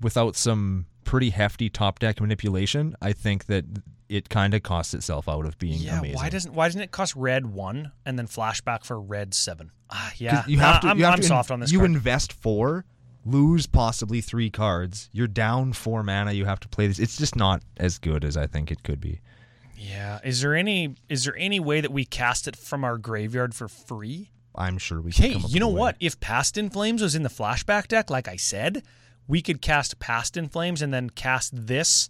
S1: Without some pretty hefty top deck manipulation, I think that it kind of costs itself out of being
S2: Yeah.
S1: amazing.
S2: Why doesn't Why doesn't it cost red one and then flashback for red seven? Ah, yeah.
S1: you have
S2: Nah,
S1: to.
S2: I'm,
S1: you have
S2: I'm
S1: to in-
S2: soft on this.
S1: You
S2: card.
S1: invest four, lose possibly three cards. You're down four mana. You have to play this. It's just not as good as I think it could be.
S2: Yeah. Is there any is there any way that we cast it from our graveyard for free?
S1: I'm sure we.
S2: Hey,
S1: could come up
S2: you know
S1: with a way.
S2: what? If Past in Flames was in the flashback deck, like I said, we could cast Past in Flames and then cast this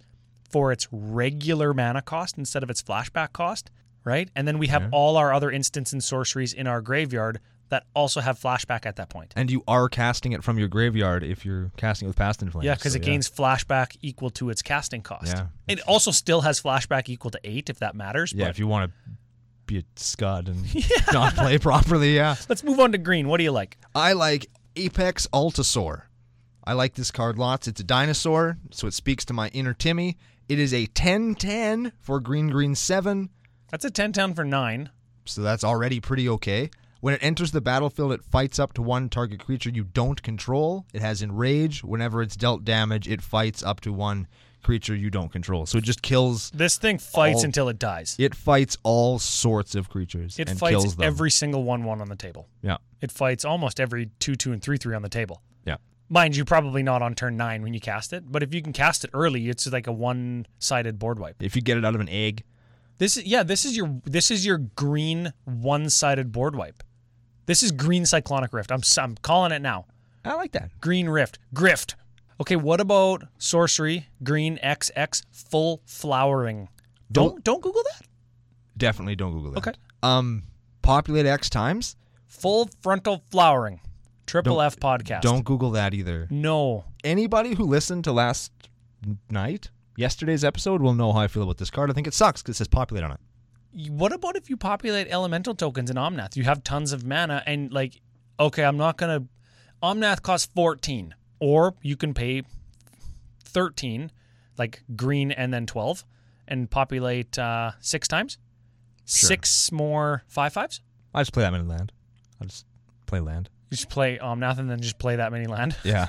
S2: for its regular mana cost instead of its flashback cost, right? And then we have all our other instants and sorceries in our graveyard that also have flashback at that point.
S1: And you are casting it from your graveyard if you're casting it with Past Inflames.
S2: Yeah, because
S1: so
S2: it gains flashback equal to its casting cost.
S1: Yeah.
S2: It also still has flashback equal to eight if that matters.
S1: Yeah,
S2: but
S1: if you want to be a scud and not play properly, yeah.
S2: let's move on to green. What do you like?
S1: I like Apex Altasaur. I like this card lots. It's a dinosaur, so it speaks to my inner Timmy. It is a 10-10 for green green 7,
S2: That's a ten town for nine.
S1: so that's already pretty okay. When it enters the battlefield, it fights up to one target creature you don't control. It has enrage. Whenever it's dealt damage, it fights up to one creature you don't control. So it just kills.
S2: This thing fights
S1: All-
S2: until it dies.
S1: It fights all sorts of creatures.
S2: It
S1: and
S2: fights
S1: kills them.
S2: every single one one on the table.
S1: yeah
S2: It fights almost every two two and three three on the table.
S1: yeah.
S2: Mind you, probably not on turn nine when you cast it, but if you can cast it early, it's like a one sided board wipe.
S1: If you get it out of an egg,
S2: This is yeah, this is your this is your green one sided board wipe. This is green cyclonic rift. I'm s- I'm calling it now.
S1: I like that.
S2: Green rift. Grift. Okay, what about sorcery? Green XX full flowering. Don't don't Google that.
S1: Definitely don't Google that.
S2: Okay.
S1: Um, populate X times.
S2: Full frontal flowering. Triple F podcast.
S1: Don't Google that either.
S2: No.
S1: Anybody who listened to last night, yesterday's episode, will know how I feel about this card. I think it sucks because it says populate on it.
S2: What about if you populate elemental tokens in Omnath? You have tons of mana, and like, okay, I'm not gonna. Omnath costs 14, or you can pay 13, like green and then 12, and populate uh, six times. Six more five fives.
S1: I just play that many land. I just play land.
S2: You just play Omnath and then just play that many land.
S1: Yeah,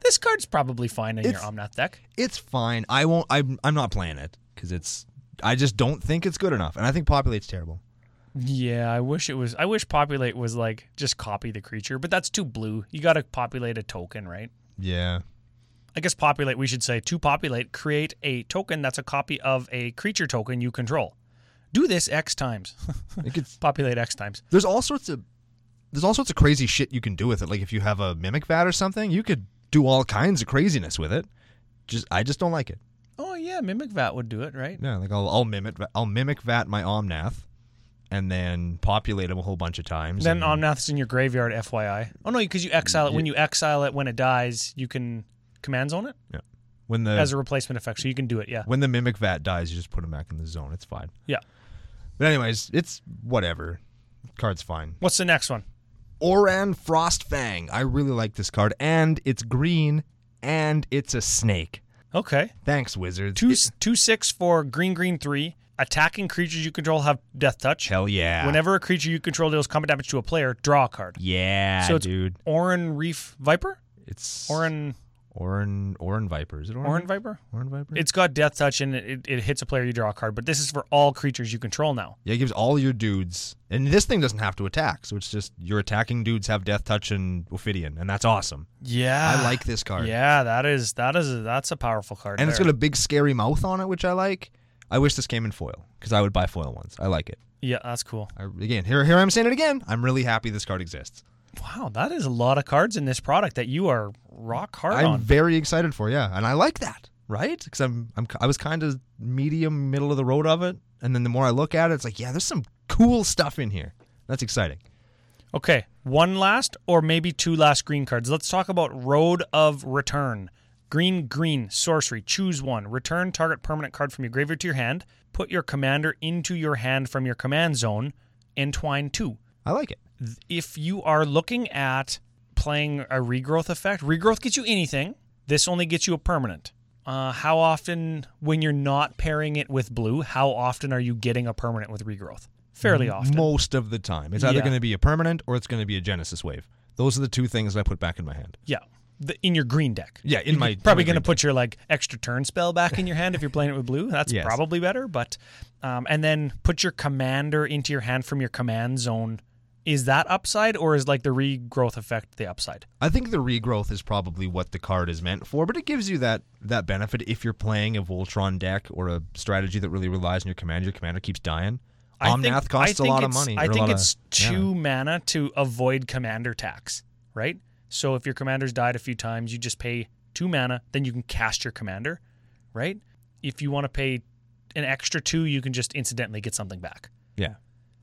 S2: This card's probably fine in your
S1: It's-
S2: Omnath deck.
S1: it's fine. I won't. I'm. I'm not playing it because it's. I just don't think it's good enough, and I think populate's terrible.
S2: Yeah, I wish it was. I wish populate was like just copy the creature, but that's too blue. You got to populate a token, right?
S1: Yeah.
S2: I guess populate, we should say to populate, create a token that's a copy of a creature token you control. Do this X times.
S1: It gets,
S2: populate X times.
S1: there's all sorts of. There's all sorts of crazy shit you can do with it. Like if you have a mimic vat or something, you could do all kinds of craziness with it. Just I just don't like it.
S2: Oh, yeah, Mimic Vat would do it, right?
S1: Yeah, like I'll, I'll mimic I'll mimic Vat my Omnath, and then populate him a whole bunch of times.
S2: Then
S1: and
S2: Omnath's in your graveyard, FYI. Oh, no, because you exile it. When you exile it, when it dies, you can command zone it
S1: when the
S2: as a replacement effect. So you can do it, yeah.
S1: when the mimic Vat dies, you just put him back in the zone. It's fine.
S2: Yeah.
S1: But anyways, it's whatever. Card's fine.
S2: What's the next one?
S1: Oran Frostfang. I really like this card, and it's green, and it's a snake.
S2: Okay.
S1: Thanks, wizards.
S2: Two,
S1: It-
S2: two six for green, green, three. Attacking creatures you control have death touch.
S1: Hell yeah.
S2: Whenever a creature you control deals combat damage to a player, draw a card.
S1: yeah,
S2: So it's-
S1: dude.
S2: Orin Reef Viper?
S1: It's
S2: Orin
S1: Oran Oran Viper. Is it Oran?
S2: Orin Viper?
S1: Oran Viper.
S2: It's got death touch and it, it, it hits a player, you draw a card, but this is for all creatures you control now.
S1: yeah, it gives all your dudes, and this thing doesn't have to attack, so it's just your attacking dudes have Death Touch and Ophidian, and that's awesome.
S2: Yeah.
S1: I like this card.
S2: Yeah, that is that is that's a powerful card.
S1: and it's
S2: there.
S1: got a big scary mouth on it, which I like. I wish this came in foil because I would buy foil ones. I like it.
S2: Yeah, that's cool.
S1: I, again, here, here I'm saying it again. I'm really happy this card exists.
S2: Wow, that is a lot of cards in this product that you are rock hard
S1: I'm
S2: on.
S1: very excited for yeah, and I like that, right? Because I'm, I'm I was kind of medium middle of the road of it, and then the more I look at it, it's like yeah, there's some cool stuff in here. That's exciting.
S2: Okay, one last or maybe two last green cards. Let's talk about Road of Return. Green, green, sorcery. Choose one. Return target permanent card from your graveyard to your hand. Put your commander into your hand from your command zone. Entwine two.
S1: I like it.
S2: Th- If you are looking at playing a regrowth effect, regrowth gets you anything. This only gets you a permanent. Uh, how often, when you're not pairing it with blue, how often are you getting a permanent with regrowth? Fairly often.
S1: Most of the time, it's either
S2: Yeah.
S1: going to be a permanent or it's going to be a Genesis wave. Those are the two things that I put back in my hand.
S2: Yeah. The, in your green deck.
S1: Yeah, in
S2: You're
S1: my-
S2: probably
S1: in my green
S2: going to put your like extra turn spell back in your hand if you're playing it with blue. That's
S1: Yes.
S2: probably better, but um, and then put your commander into your hand from your command zone. Is that upside or is like the regrowth effect the upside?
S1: I think the regrowth is probably what the card is meant for, but it gives you that that benefit if you're playing a Voltron deck or a strategy that really relies on your commander. Your commander keeps dying. Omnath
S2: I think,
S1: costs
S2: I think
S1: a lot of
S2: it's-
S1: money.
S2: I
S1: or a
S2: think
S1: lot of-
S2: it's
S1: yeah.
S2: two mana to avoid commander tax, right? So if your commander's died a few times, you just pay two mana, then you can cast your commander, right? If you want to pay an extra two, you can just incidentally get something back.
S1: Yeah,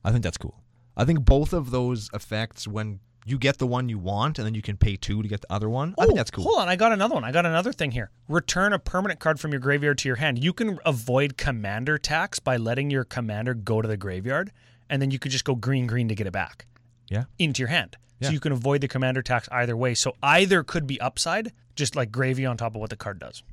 S1: I think that's cool. I think both of those effects, when you get the one you want, and then you can pay two to get the other one. I think
S2: Oh,
S1: that's cool.
S2: Hold on, I got another one. I got another thing here. Return a permanent card from your graveyard to your hand. You can avoid commander tax by letting your commander go to the graveyard, and then you could just go green green to get it back
S1: Yeah,
S2: into your hand.
S1: Yeah.
S2: So you can avoid the commander tax either way. So either could be upside, just like gravy on top of what the card does.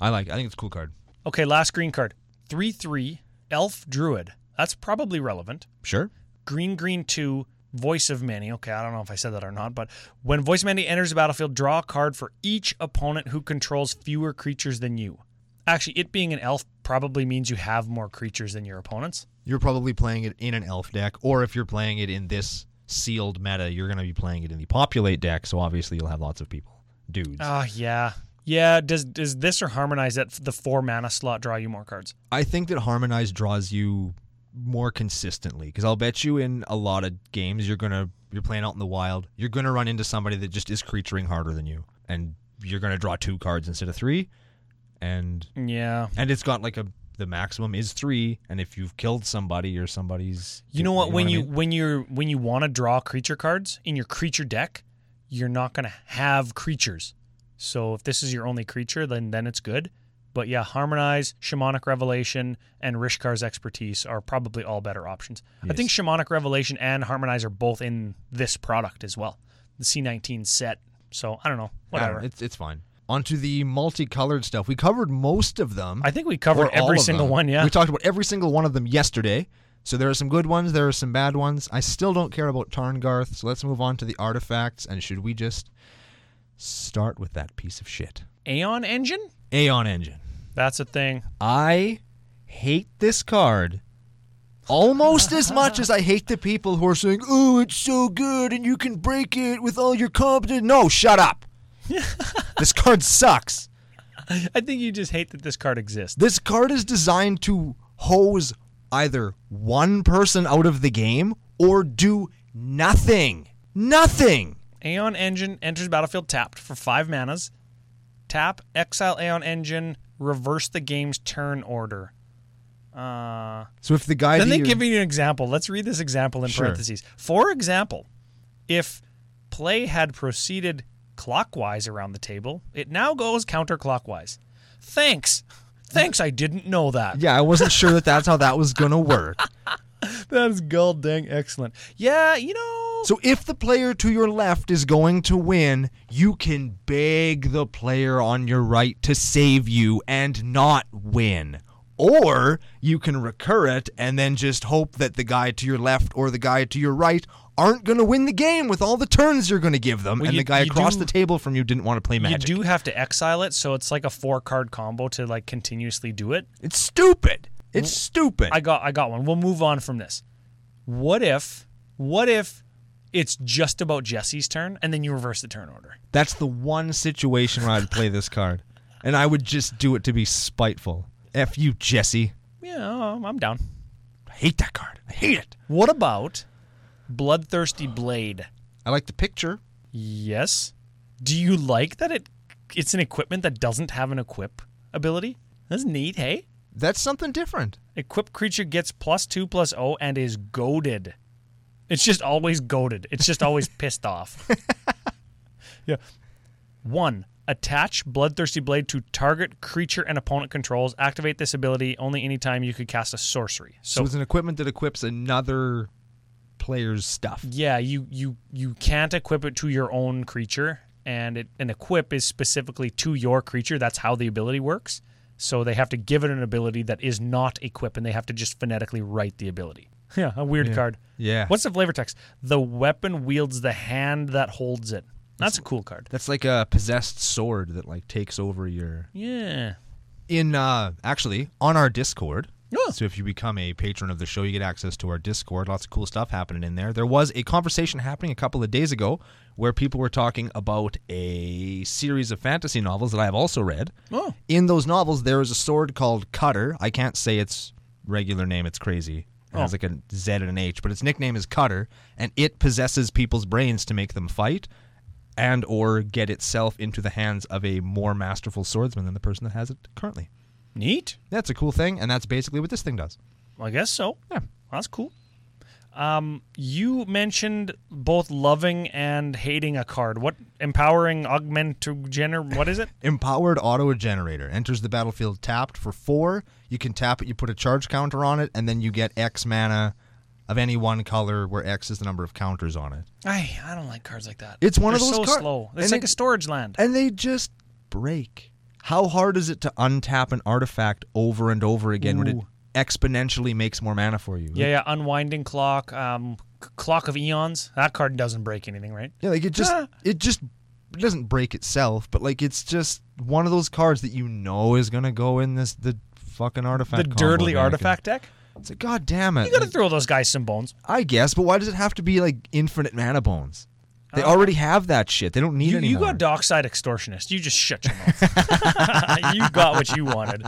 S1: I like. It. I think it's a cool card.
S2: Okay, last green card. 3 3 Elf Druid. That's probably relevant.
S1: Sure.
S2: Green Green 2 Voice of Many. Okay, I don't know if I said that or not, but when Voice of Many enters the battlefield, draw a card for each opponent who controls fewer creatures than you. Actually, it being an elf probably means you have more creatures than your opponents.
S1: You're probably playing it in an elf deck, or if you're playing it in this sealed meta, you're going to be playing it in the populate deck. So obviously, you'll have lots of people, dudes.
S2: Ah, yeah. Yeah, does does this or harmonize that f- the 4 mana slot draw you more cards?
S1: I think that Harmonize draws you more consistently because I'll bet you in a lot of games you're gonna you're playing out in the wild you're gonna run into somebody that just is creaturing harder than you and you're gonna draw two cards instead of three and
S2: Yeah.
S1: and it's got like a the maximum is three and if you've killed somebody or somebody's
S2: You know what? when
S1: I
S2: you
S1: mean?
S2: when you're when you want to draw creature cards in your creature deck, you're not going to have creatures. So if this is your only creature, then then it's good. But yeah, harmonize, shamanic revelation, and Rishkar's expertise are probably all better options. I think shamanic revelation and harmonize are both in this product as well, the C19 set. So I don't know,
S1: I don't know,
S2: whatever.
S1: it's it's fine onto the multicolored stuff we covered most of them
S2: I think we covered
S1: Or all
S2: every
S1: of
S2: single
S1: them.
S2: one. Yeah,
S1: We talked about every single one of them yesterday. So there are some good ones, there are some bad ones. I still don't care about Tarngarth, so let's move on to the artifacts. And should we just start with that piece of shit?
S2: Aeon Engine.
S1: Aeon Engine.
S2: That's a thing.
S1: I hate this card almost as much as I hate the people who are saying, oh, it's so good and you can break it with all your competence. No, shut up. this card sucks.
S2: I think you just hate that this card exists.
S1: This card is designed to hose either one person out of the game or do nothing. Nothing.
S2: Aeon Engine enters battlefield tapped for five manas. Tap, exile Aeon Engine, reverse the game's turn order. Uh,
S1: So if the guy
S2: then
S1: that
S2: they
S1: you're-
S2: give you an example. Let's read this example in
S1: Sure.
S2: parentheses. For example, if play had proceeded clockwise around the table, it now goes counterclockwise. Thanks. Thanks, I didn't know that.
S1: yeah, I wasn't sure that that's how that was gonna work.
S2: That is gold dang excellent. Yeah, you know,
S1: So if the player to your left is going to win, you can beg the player on your right to save you and not win. Or you can recur it and then just hope that the guy to your left or the guy to your right aren't going to win the game with all the turns you're going to give them.
S2: Well,
S1: and
S2: you-
S1: the guy
S2: you
S1: across
S2: do-
S1: the table from you didn't want to play magic.
S2: You do have to exile it, so it's like a four card combo to like continuously do it.
S1: it's stupid. It's stupid.
S2: I got I got one. We'll move on from this. What if what if it's just about Jesse's turn and then you reverse the turn order?
S1: That's the one situation where I'd play this card. And I would just do it to be spiteful. F you, Jesse.
S2: Yeah, I'm- I'm down.
S1: I hate that card. I hate it.
S2: What about Bloodthirsty Blade?
S1: I like the picture.
S2: Yes. Do you like that it it's an equipment that doesn't have an equip ability? That's neat, hey?
S1: That's something different.
S2: Equipped creature gets plus two plus O and is goaded. It's just always goaded. It's just always pissed off. yeah. One, attach Bloodthirsty Blade to target creature and opponent controls. Activate this ability only anytime you could cast a sorcery.
S1: So,
S2: So,
S1: it's an equipment that equips another player's stuff.
S2: yeah, you, you you can't equip it to your own creature, and it an equip is specifically to your creature. That's how the ability works. So they have to give it an ability that is not equip, and they have to just phonetically write the ability. Yeah, a weird card.
S1: Yeah.
S2: What's the flavor text? The weapon wields the hand that holds it. That's a cool card.
S1: That's like a possessed sword that like takes over your
S2: Yeah.
S1: in uh actually on our Discord.
S2: Oh.
S1: So if you become a patron of the show, you get access to our Discord. Lots of cool stuff happening in there. There was a conversation happening a couple of days ago where people were talking about a series of fantasy novels that I have also read.
S2: Oh.
S1: In those novels, there is a sword called Cutter. I can't say its regular name; it's crazy. It has
S2: Oh.
S1: like a Z and an H, but its nickname is Cutter, and it possesses people's brains to make them fight, and or get itself into the hands of a more masterful swordsman than the person that has it currently.
S2: Neat.
S1: That's a cool thing, and that's basically what this thing does.
S2: I guess so.
S1: Yeah.
S2: That's cool. Um, you mentioned both loving and hating a card. What empowering augment to gener what is it?
S1: Empowered auto generator enters the battlefield tapped for four. You can tap it, you put a charge counter on it, and then you get X mana of any one color, where X is the number of counters on it.
S2: I I don't like cards like that.
S1: It's one of
S2: They're
S1: those
S2: so
S1: card-
S2: slow.
S1: and
S2: It's like
S1: it-
S2: a storage land.
S1: and they just break. How hard is it to untap an artifact over and over again when it
S2: Ooh.
S1: exponentially makes more mana for you?
S2: yeah, yeah. Unwinding clock. Um, c- clock of eons. That card doesn't break anything, right?
S1: Yeah, like it just it just it doesn't break itself, but like it's just one of those cards that you know is gonna go in this the fucking artifact.
S2: The
S1: combo
S2: dirtly
S1: that I can-
S2: artifact deck.
S1: It's like god damn it.
S2: You gotta throw those guys some bones.
S1: I guess, but why does it have to be like infinite mana bones? They already have that shit. They don't need
S2: Uh, You,
S1: any
S2: you
S1: more.
S2: got dockside extortionist. You just shut your mouth. you got what you wanted.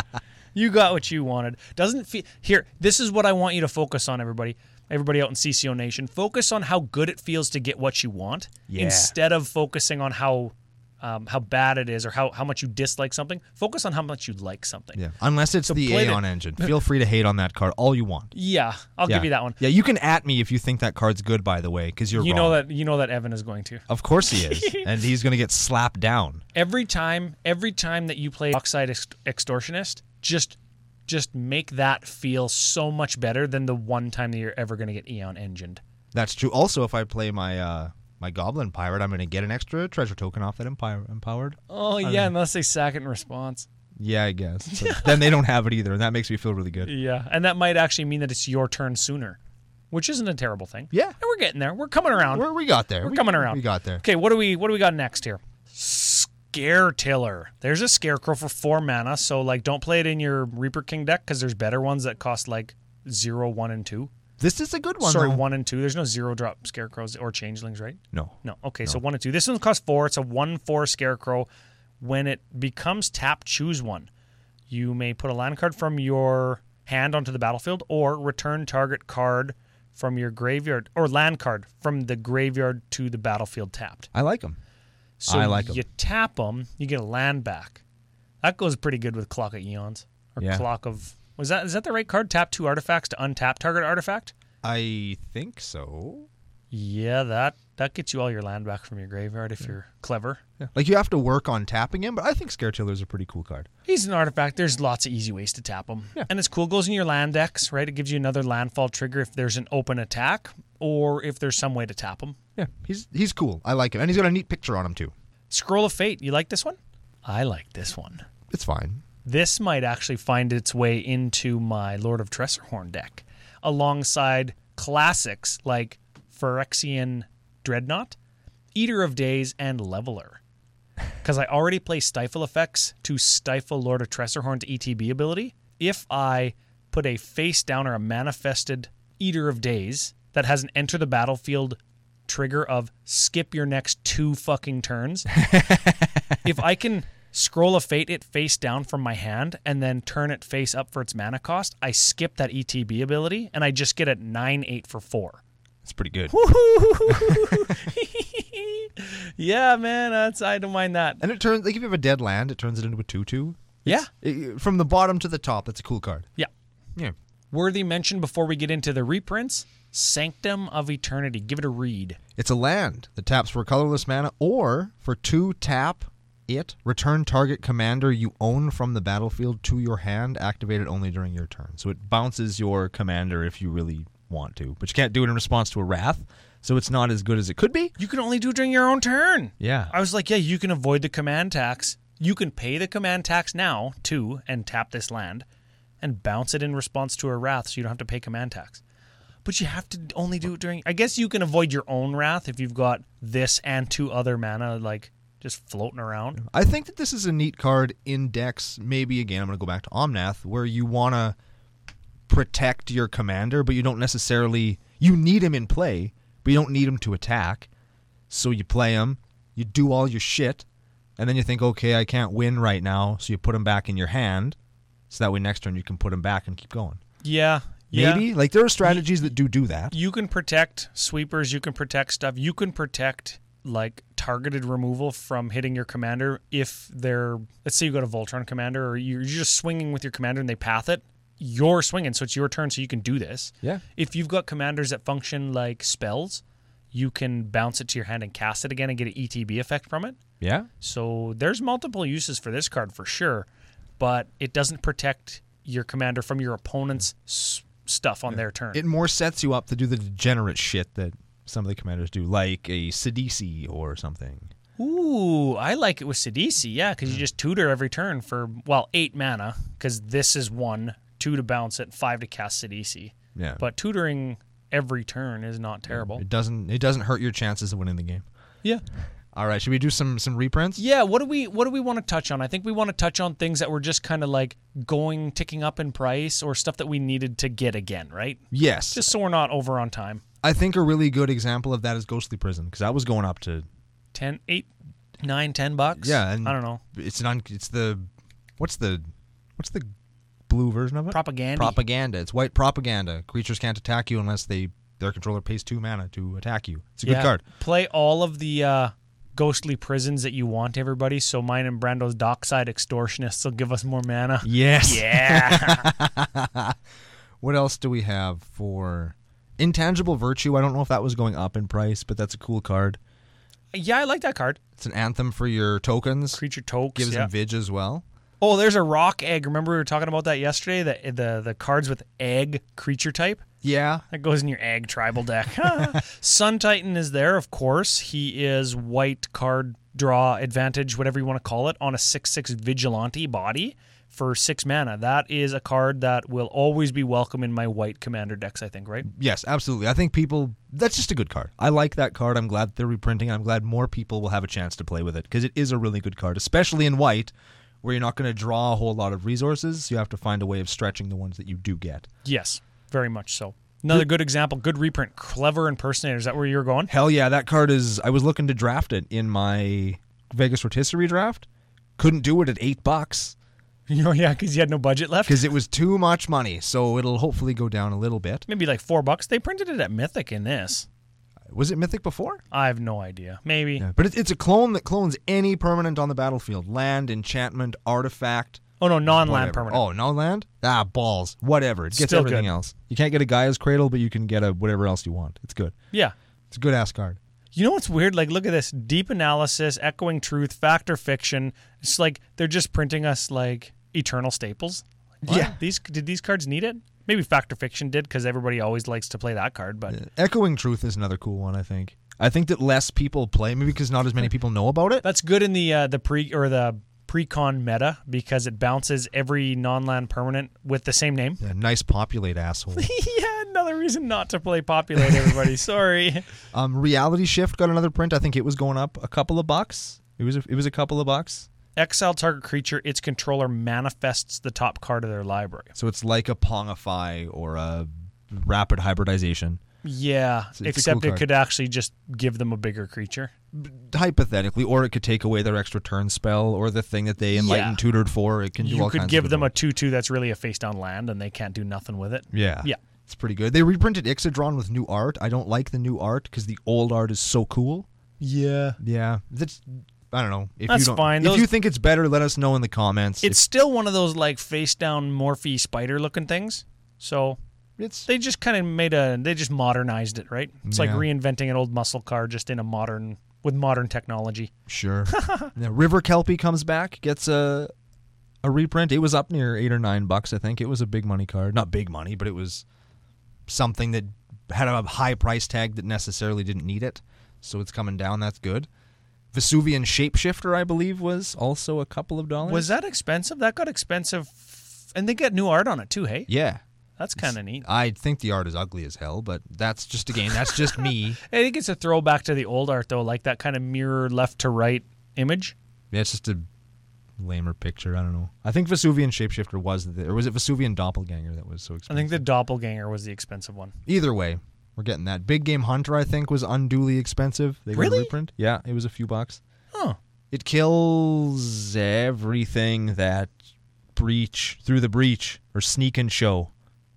S2: You got what you wanted. Doesn't feel here. This is what I want you to focus on, everybody. Everybody out in CCO Nation, focus on how good it feels to get what you want
S1: Yeah.
S2: instead of focusing on how um, how bad it is or how, how much you dislike something. Focus on how much you like something.
S1: yeah, unless it's the
S2: play the-
S1: Aeon engine. Feel free to hate on that card all you want.
S2: Yeah, I'll
S1: yeah.
S2: give you that one.
S1: Yeah, you can at me if you think that card's good. By the way, because you're
S2: You
S1: wrong.
S2: know that you know that Evan is going to.
S1: Of course he is, and he's gonna get slapped down.
S2: every time every time that you play Oxide Ext- Extortionist, just just make that feel so much better than the one time that you're ever going to get Eon engined.
S1: That's true. Also, if I play my uh, my Goblin Pirate, I'm gonna get an extra treasure token off that empire empowered.
S2: Oh yeah, unless they sack it in response.
S1: Yeah, I guess. But then they don't have it either, and that makes me feel really good.
S2: Yeah, and that might actually mean that it's your turn sooner, which isn't a terrible thing.
S1: Yeah.
S2: and we're getting there. We're coming around.
S1: We're, we got there.
S2: We're
S1: we
S2: coming around.
S1: We got there.
S2: Okay, what do we what do we got next here? Scare Tiller. There's a Scarecrow for four mana, so like don't play it in your Reaper King deck because there's better ones that cost like zero, one, and two.
S1: This is a good one.
S2: Sorry,
S1: though.
S2: one and two. There's no zero drop scarecrows or changelings, right?
S1: No.
S2: No. Okay, so one and two. This one costs four. It's a one four scarecrow. When it becomes tapped, choose one. You may put a land card from your hand onto the battlefield, or return target card from your graveyard or land card from the graveyard to the battlefield tapped.
S1: I like him.
S2: So
S1: I like 'em.
S2: you tap them, you get a land back. That goes pretty good with Clock of Eons or
S1: Yeah.
S2: Clock of. Was that is that the right card? Tap two artifacts to untap target artifact.
S1: I think so.
S2: Yeah, that that gets you all your land back from your graveyard if you're clever.
S1: Yeah. Like you have to work on tapping him, but I think Scare Tiller's a pretty cool card.
S2: He's an artifact. There's lots of easy ways to tap him.
S1: Yeah.
S2: And it's cool. Goes in your land decks, right? It gives you another landfall trigger if there's an open attack. or if there's some way to tap them.
S1: Yeah, he's he's cool. I like him, and he's got a neat picture on him too.
S2: Scroll of Fate, you like this one? I like this one.
S1: It's fine.
S2: This might actually find its way into my Lord of Tressorhorn deck alongside classics like Phyrexian Dreadnought, Eater of Days, and Leveler. Because I already play Stifle effects to stifle Lord of Tressorhorn's ETB ability. If I put a face down or a manifested Eater of Days that has an enter the battlefield trigger of skip your next two fucking turns, if I can scroll a fate it face down from my hand and then turn it face up for its mana cost, I skip that ETB ability and I just get at 9 8 for 4.
S1: It's pretty good.
S2: yeah, man, that's I don't mind that.
S1: And it turns like if you have a dead land, it turns it into a two-two.
S2: Yeah.
S1: It- from the bottom to the top, that's a cool card.
S2: Yeah.
S1: Yeah.
S2: Worthy mention before we get into the reprints, Sanctum of Eternity. Give it a read.
S1: It's a land that taps for colorless mana or for two tap it, return target commander you own from the battlefield to your hand, activated only during your turn. So it bounces your commander if you really want to, but you can't do it in response to a wrath, so it's not as good as it could be.
S2: You can only do it during your own turn.
S1: Yeah.
S2: I was like, yeah, you can avoid the command tax. You can pay the command tax now, too, and tap this land and bounce it in response to a wrath so you don't have to pay command tax. But you have to only do it during. I guess you can avoid your own wrath if you've got this and two other mana, like just floating around.
S1: I think that this is a neat card in decks. Maybe again, I'm going to go back to Omnath, where you want to protect your commander, but you don't necessarily you need him in play, but you don't need him to attack. So you play him, you do all your shit, and then you think, okay, I can't win right now, so you put him back in your hand, so that way next turn you can put him back and keep going.
S2: Yeah.
S1: Maybe like there are strategies that do do that.
S2: you can protect sweepers you can protect stuff you can protect like targeted removal from hitting your commander if they're let's say you got a voltron commander or you're you're just swinging with your commander and they path it you're swinging so it's your turn so you can do this
S1: Yeah.
S2: if you've got commanders that function like spells you can bounce it to your hand and cast it again and get an etb effect from it
S1: Yeah.
S2: so there's multiple uses for this card for sure, but it doesn't protect your commander from your opponent's s- stuff on their turn.
S1: It more sets you up to do the degenerate shit that some of the commanders do, like a Sidisi or something.
S2: Ooh, I like it with Sidisi, yeah, because
S1: Hmm.
S2: you just tutor every turn for well eight mana, because this is one, two to bounce it, five to cast Sidisi.
S1: Yeah.
S2: But tutoring every turn is not terrible.
S1: It doesn't it doesn't hurt your chances of winning the game.
S2: Yeah,
S1: All right, should we do some some reprints?
S2: yeah. What do we what do we want to touch on? I think we want to touch on things that were just kind of like going ticking up in price or stuff that we needed to get again, right?
S1: Yes.
S2: Just so we're not over on time.
S1: I think a really good example of that is Ghostly Prison because that was going up to
S2: 10 8 9 10 bucks
S1: yeah, and
S2: i don't know
S1: It's non it's the what's the what's the blue version of it?
S2: propaganda
S1: Propaganda. It's white propaganda. Creatures can't attack you unless they their controller pays 2 mana to attack you. It's a good card.
S2: play all of the uh, ghostly prisons that you want everybody so mine and brando's dockside extortionists will give us more mana
S1: Yes.
S2: yeah
S1: What else do we have for Intangible Virtue? I don't know if that was going up in price, but that's a cool card.
S2: yeah i like that card
S1: It's an anthem for your tokens.
S2: creature tokes
S1: Gives
S2: yeah.
S1: them Vig as well.
S2: oh there's a rock egg remember we were talking about that yesterday the, the, the cards with egg creature type
S1: Yeah,
S2: That goes in your ag tribal deck. Sun Titan is there, of course. He is white card draw advantage, whatever you want to call it, on a 6 6 vigilante body for six mana. That is a card that will always be welcome in my white commander decks, I think, right?
S1: Yes, absolutely. I think people. That's just a good card. I like that card. I'm glad they're reprinting. it. I'm glad more people will have a chance to play with it because it is a really good card, especially in white, where you're not going to draw a whole lot of resources. You have to find a way of stretching the ones that you do get.
S2: Yes, very much so. Another good example, good reprint, clever impersonator. Is that where you're going?
S1: Hell yeah, that card is. I was looking to draft it in my Vegas rotisserie draft. Couldn't do it at eight bucks
S2: You know, yeah, because you had no budget left.
S1: because it was too much money. So it'll hopefully go down a little bit.
S2: Maybe like four bucks. They printed it at Mythic in this.
S1: Was it mythic before?
S2: I have no idea. Maybe.
S1: Yeah, but it, it's a clone that clones any permanent on the battlefield land, enchantment, artifact.
S2: Oh, no, non land
S1: Whatever.
S2: permanent.
S1: Oh, no land? Ah, balls. Whatever. It gets
S2: Still
S1: everything
S2: good.
S1: else. You can't get a Gaia's Cradle, but you can get a whatever else you want. It's good.
S2: Yeah.
S1: It's a good ass card.
S2: You know what's weird? Like, look at this deep analysis, echoing truth, fact or fiction. It's like they're just printing us like eternal staples. What?
S1: Yeah.
S2: These did these cards need it? Maybe Factor Fiction did because everybody always likes to play that card. But
S1: Echoing Truth is another cool one, I think. I think that less people play, maybe because not as many people know about it.
S2: that's good in the uh, the pre or the pre-con meta because it bounces every non-land permanent with the same name.
S1: Yeah, nice populate asshole.
S2: yeah, another reason not to play Populate. Everybody, sorry.
S1: Um, Reality Shift got another print. I think it was going up a couple of bucks. It was a, it was a couple of bucks.
S2: Exile target creature. Its controller manifests the top card of their library.
S1: So it's like a Pongify or a Rapid Hybridization.
S2: Yeah,
S1: it's a
S2: except
S1: cool
S2: it
S1: card.
S2: could actually just give them a bigger creature.
S1: Hypothetically, or it could take away their extra turn spell or the thing that they enlighten
S2: Yeah.
S1: tutored for. It can do
S2: You
S1: all
S2: could
S1: kinds
S2: give
S1: of
S2: them a
S1: different-
S2: two-two that's really a face-down land, and they can't do nothing with it.
S1: yeah
S2: Yeah.
S1: It's pretty good. They reprinted Ixodron with new art. I don't like the new art because the old art is so cool.
S2: Yeah,
S1: Yeah, that's I don't know. If
S2: That's
S1: you don't,
S2: fine.
S1: If
S2: Those-
S1: you think it's better, let us know in the comments.
S2: it's still one of those like face-down Morphe spider-looking things. So
S1: it's, it's
S2: they just kind of made a they just modernized it right it's like
S1: Yeah.
S2: reinventing an old muscle car just in a modern with modern technology
S1: sure. now, River Kelpie comes back, gets a a reprint. It was up near eight or nine bucks, I think. It was a big money card, not big money, but it was something that had a high price tag that necessarily didn't need it. So it's coming down. That's good. Vesuvian Shapeshifter, I believe, was also a couple of dollars.
S2: was that expensive that got expensive and they got new art on it too hey
S1: Yeah.
S2: that's kind of neat
S1: I think the art is ugly as hell, but that's just a game. That's just me.
S2: i think it's a throwback to the old art though like that kind of mirror left to right image
S1: Yeah, it's just a lamer picture. I don't know. I think Vesuvian Shapeshifter was the, or was it Vesuvian Doppelganger that was so
S2: i
S1: expensive?
S2: think the doppelganger was the expensive one
S1: Either way, we're getting that. Big Game Hunter, I think, was unduly expensive. They got a
S2: Really?
S1: reprint. Yeah, it was a few bucks.
S2: huh
S1: It kills everything that breach through the breach or sneak and show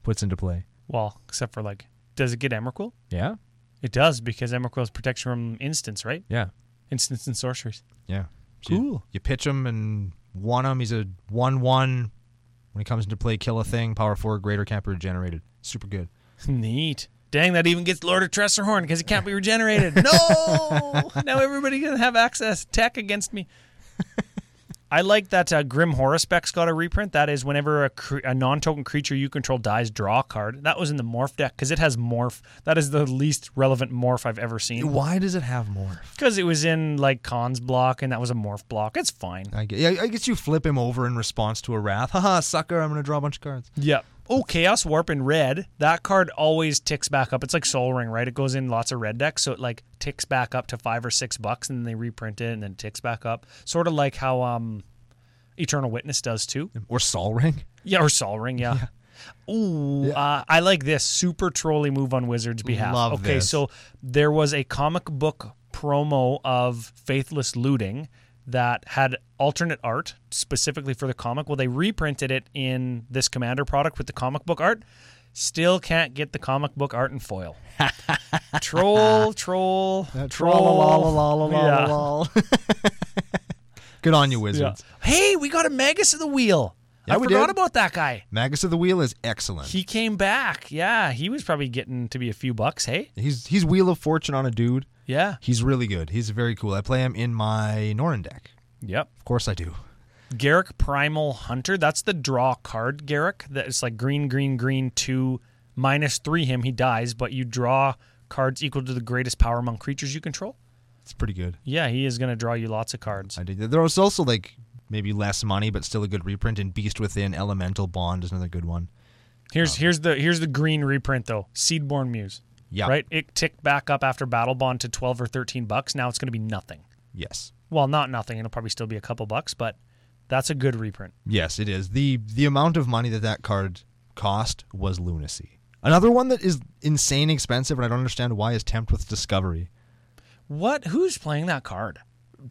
S1: puts into play.
S2: well except for like does it get emrakul
S1: Yeah,
S2: it does because emrakul is protection from instants right
S1: yeah,
S2: instants and sorceries
S1: yeah. So you- You,
S2: Cool.
S1: pitch him and one him. He's a one-one. When he comes into play, kill a thing. Power four, greater can't be regenerated. Super good.
S2: Neat. Dang, that even gets Lord of Tressorhorn because it can't be regenerated. No! now everybody gonna have access tech against me. I like that uh, Grim Horror Specs got a reprint. That is whenever a, cre- a non-token creature you control dies, draw a card. That was in the Morph deck because it has Morph. That is the least relevant Morph I've ever seen
S1: Why does it have more?
S2: because it was in like Cons block and that was a Morph block. It's fine.
S1: I guess, yeah, I guess you flip him over in response to a wrath. Haha, sucker, I'm going to draw a bunch of cards.
S2: Yeah. Oh, Chaos Warp in red. That card always ticks back up. It's like Soul Ring, right? It goes in lots of red decks, so it like ticks back up to five or six bucks, and then they reprint it, and then ticks back up. Sort of like how um, Eternal Witness does too.
S1: Or Sol Ring.
S2: Yeah, or Soul Ring. Yeah. Ooh, Uh, I like this super trolley move on Wizards' behalf.
S1: Love
S2: okay,
S1: this.
S2: so there was a comic book promo of Faithless Looting that had alternate art specifically for the comic. Well, they reprinted it in this Commander product with the comic book art. Still can't get the comic book art in foil. troll, troll, troll. Yeah.
S1: Good on you,
S2: Yeah.
S1: Wizards.
S2: Hey, we got a Magus of the Wheel.
S1: Yeah,
S2: I
S1: we
S2: forgot
S1: did.
S2: about that guy.
S1: Magus of the Wheel is excellent.
S2: He came back. Yeah, he was probably getting to be a few bucks, hey?
S1: he's he's Wheel of Fortune on a dude.
S2: Yeah.
S1: He's really good. He's very cool. I play him in my Norin deck.
S2: Yep.
S1: Of course I do.
S2: Garrick Primal Hunter. That's the draw card, Garrick. That is like green, green, green, two, minus three him. He dies, but you draw cards equal to the greatest power among creatures you control.
S1: It's pretty good.
S2: Yeah, he is going to draw you lots of cards.
S1: I did. There was also like maybe less money, but still a good reprint. And Beast Within Elemental Bond is another good one.
S2: Here's here's the here's the green reprint though. Seedborn Muse.
S1: Yeah.
S2: Right? It ticked back up after Battle Bond to 12 or 13 bucks. Now it's going to be nothing.
S1: Yes.
S2: Well, not nothing. It'll probably still be a couple bucks, but that's a good reprint.
S1: Yes, it is. the The amount of money that that card cost was lunacy. Another one that is insane expensive, and I don't understand why, is Tempt with Discovery.
S2: What who's playing that card?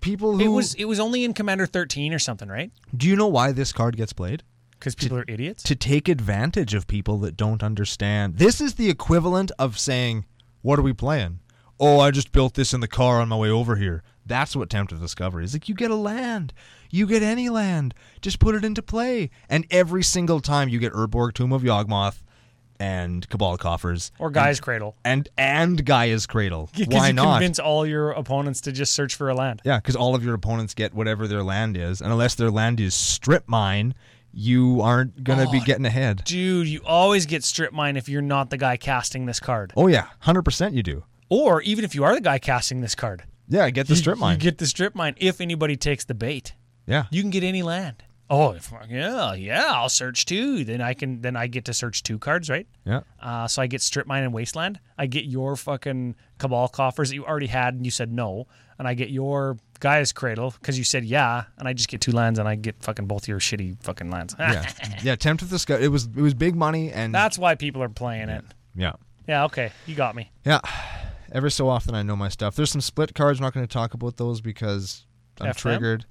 S1: People who
S2: It was it was only in Commander 13 or something, right?
S1: do you know why this card gets played?
S2: Because people are idiots.
S1: To take advantage of people that don't understand. This is the equivalent of saying, "What are we playing?" Oh, I just built this in the car on my way over here. That's what Tempt with Discovery is. Like you get a land, you get any land, just put it into play, and every single time you get Urborg Tomb of Yawgmoth and Cabal Coffers
S2: or Guy's Cradle.
S1: and and Gaia's Cradle.
S2: 'Cause
S1: Why
S2: you
S1: not?
S2: convince all your opponents to just search for a land.
S1: yeah, because all of your opponents get whatever their land is, and unless their land is strip mine, you aren't gonna be
S2: Oh.
S1: getting ahead.
S2: Dude, you always get strip mine if you're not the guy casting this card.
S1: Oh yeah, hundred percent you do.
S2: Or even if you are the guy casting this card.
S1: Yeah, get the
S2: you-
S1: strip mine.
S2: You get the strip mine if anybody takes the bait.
S1: yeah,
S2: You can get any land. Oh, if- yeah, yeah, I'll search two. Then I can then I get to search two cards, right?
S1: yeah.
S2: Uh, so I get strip mine and wasteland. I get your fucking cabal coffers that you already had and you said no, and I get your guy's cradle because you said yeah, and I just get two lands and I get fucking both your shitty fucking lands.
S1: yeah, yeah. Tempt with the scout. It was it was big money and
S2: That's why people are playing it.
S1: yeah,
S2: Yeah, okay, you got me.
S1: yeah. Every so often I know my stuff. There's some split cards. I'm not going to talk about those because I'm
S2: F them?
S1: triggered.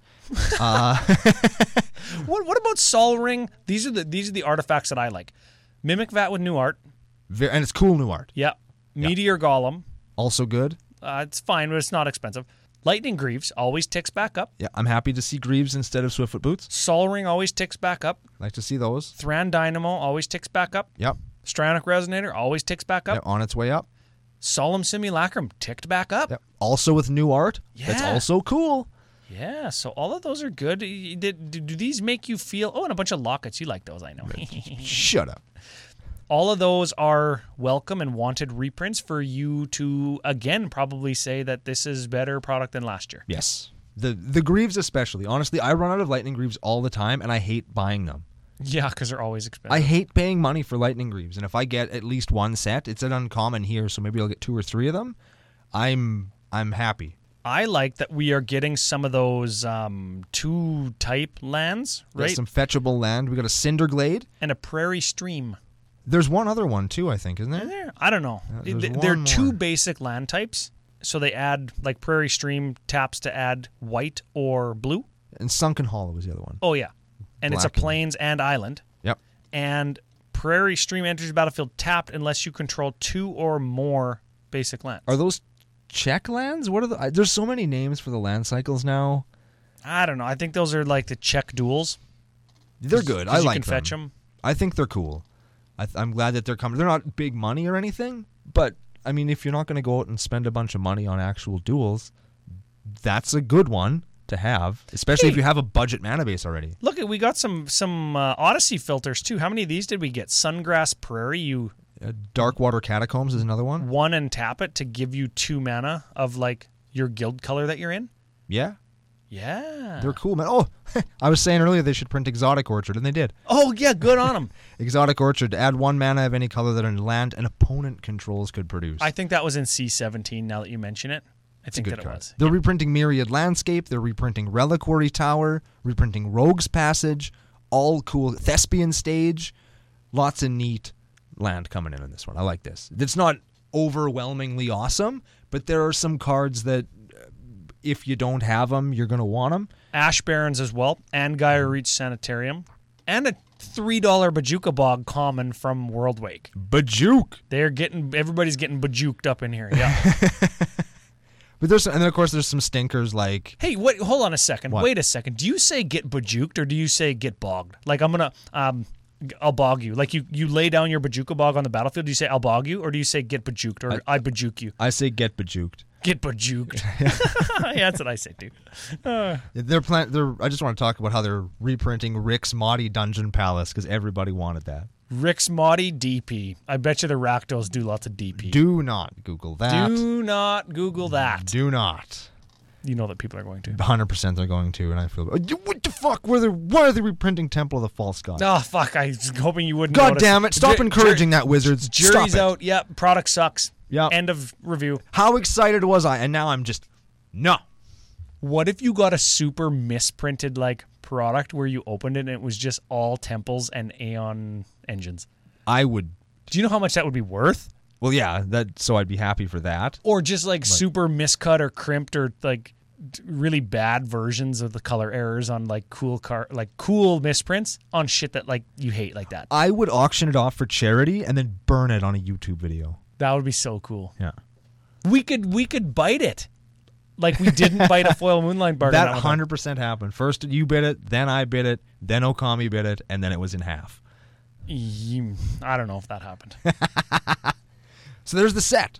S2: What What about Sol Ring? These are the these are the artifacts that I like. Mimic Vat with new art.
S1: Ve- and it's cool new art.
S2: Yep. Meteor Golem.
S1: Also good.
S2: Uh, it's fine, but it's not expensive. Lightning Greaves always ticks back up.
S1: Yeah, I'm happy to see Greaves instead of Swiftfoot Boots.
S2: Sol Ring always ticks back up.
S1: Like to see those.
S2: Thran Dynamo always ticks back up.
S1: Yep.
S2: Strionic Resonator always ticks back up.
S1: Yep, on its way up.
S2: Solemn Simulacrum ticked back up.
S1: Yep. Also with new art. That's
S2: Yeah.
S1: also cool.
S2: Yeah, so all of those are good. Y- y- Did, do do these make you feel? Oh, and a bunch of lockets. You like those, I know.
S1: Shut up.
S2: all of those are welcome and wanted reprints for you to again probably say that this is better product than last year.
S1: Yes. The the Greaves especially. Honestly, I run out of Lightning Greaves all the time and I hate buying them.
S2: Yeah, because they're always expensive.
S1: I hate paying money for Lightning Greaves, and if I get at least one set, it's an uncommon here, so maybe I'll get two or three of them. I'm I'm happy.
S2: I, like that we are getting some of those um, two type lands,
S1: We got
S2: right?
S1: some fetchable land. We got a Cinder Glade.
S2: and a prairie stream.
S1: There's one other one too, I think, isn't there?
S2: There, Eh, I don't know.
S1: Uh, there's
S2: Th- There are
S1: one more.
S2: two basic land types, so they add like prairie stream taps to add white or blue.
S1: And Sunken Hollow was the other one.
S2: Oh yeah, and it's a
S1: Black and-
S2: plains and island.
S1: Yep.
S2: And prairie stream enters the battlefield tapped unless you control two or more basic lands.
S1: Are those Czech lands? What are the? I, there's so many names for the land cycles now.
S2: I don't know. I think those are like the check duels.
S1: They're good.
S2: 'cause
S1: I
S2: you
S1: like
S2: can
S1: them.
S2: fetch them.
S1: I think they're cool. I th- I'm glad that they're coming. They're not big money or anything, but I mean, if you're not going to go out and spend a bunch of money on actual duels, that's a good one to have, especially if you have a budget mana base already.
S2: Look, we got some some uh, Odyssey filters too. How many of these did we get? Sungrass Prairie. You
S1: Uh, Darkwater Catacombs is another one.
S2: one and tap it to give you two mana of like your guild color that you're in.
S1: Yeah,
S2: Yeah.
S1: they're cool, man. Oh, I was saying earlier they should print Exotic Orchard, and they did.
S2: oh yeah, good on them.
S1: Exotic Orchard, add one mana of any color that an land an opponent controls could produce.
S2: I think that was in C17. Now that you mention it, I think that it was.
S1: They're reprinting Myriad Landscape. They're reprinting Reliquary Tower. Reprinting Rogue's Passage. All cool. Thespian Stage. Lots of neat land coming in on this one. I like this. It's not overwhelmingly awesome, but there are some cards that uh, if you don't have them, you're going to want them.
S2: Ash Barons as well, and Gaia Reach Sanitarium, and a three dollar Bajuka Bog common from World Wake.
S1: Bajuke.
S2: They're getting everybody's getting bajuked up in here. Yeah.
S1: But there's some, and then of course there's some stinkers like
S2: hey, wait, hold on a second.
S1: What?
S2: Wait a second. Do you say get bajuked or do you say get bogged? Like I'm gonna um. I'll bog you. Like you, you lay down your bajuka bog on the battlefield. Do you say I'll bog you, or do you say get bajuked, or I, bajuke you?
S1: I say get bajuked.
S2: Get bajuked. yeah, that's what I say Uh, too.
S1: They're plan- they're I just want to talk about how they're reprinting Rick's Motti Dungeon Palace cuz everybody wanted that.
S2: Rick's Motti DP. I bet you the Rakdos do lots of DP.
S1: Do not Google that.
S2: Do not Google that.
S1: Do not.
S2: You know that people are going to.
S1: 100% they're going to, and I feel. What the fuck? Where they, why are they reprinting Temple of the False God?
S2: Oh fuck! I was hoping you wouldn't.
S1: God
S2: notice.
S1: damn it. Stop
S2: Ju-
S1: encouraging that, wizards.
S2: Jury,
S1: Stop
S2: jury's
S1: it.
S2: out. Yep. Product sucks.
S1: Yeah.
S2: End of review.
S1: How excited was I? And now I'm just. No.
S2: What if you got a super misprinted like product where you opened it and it was just all temples and Aeon engines?
S1: I would.
S2: Do you know how much that would be worth?
S1: Well, yeah, that so I'd be happy for that.
S2: Or just like super miscut or crimped or like d- really bad versions of the color errors on like cool car like cool misprints on shit that like you hate like that.
S1: I would auction it off for charity and then burn it on a YouTube video.
S2: That would be so cool.
S1: Yeah.
S2: We could we could bite it. Like we didn't bite a foil moonlight bargain.
S1: That
S2: one time.
S1: 100% happened. First you bid it, then I bid it, then Okami bid it, and then it was in half.
S2: Ye- I don't know if that happened.
S1: So there's the set.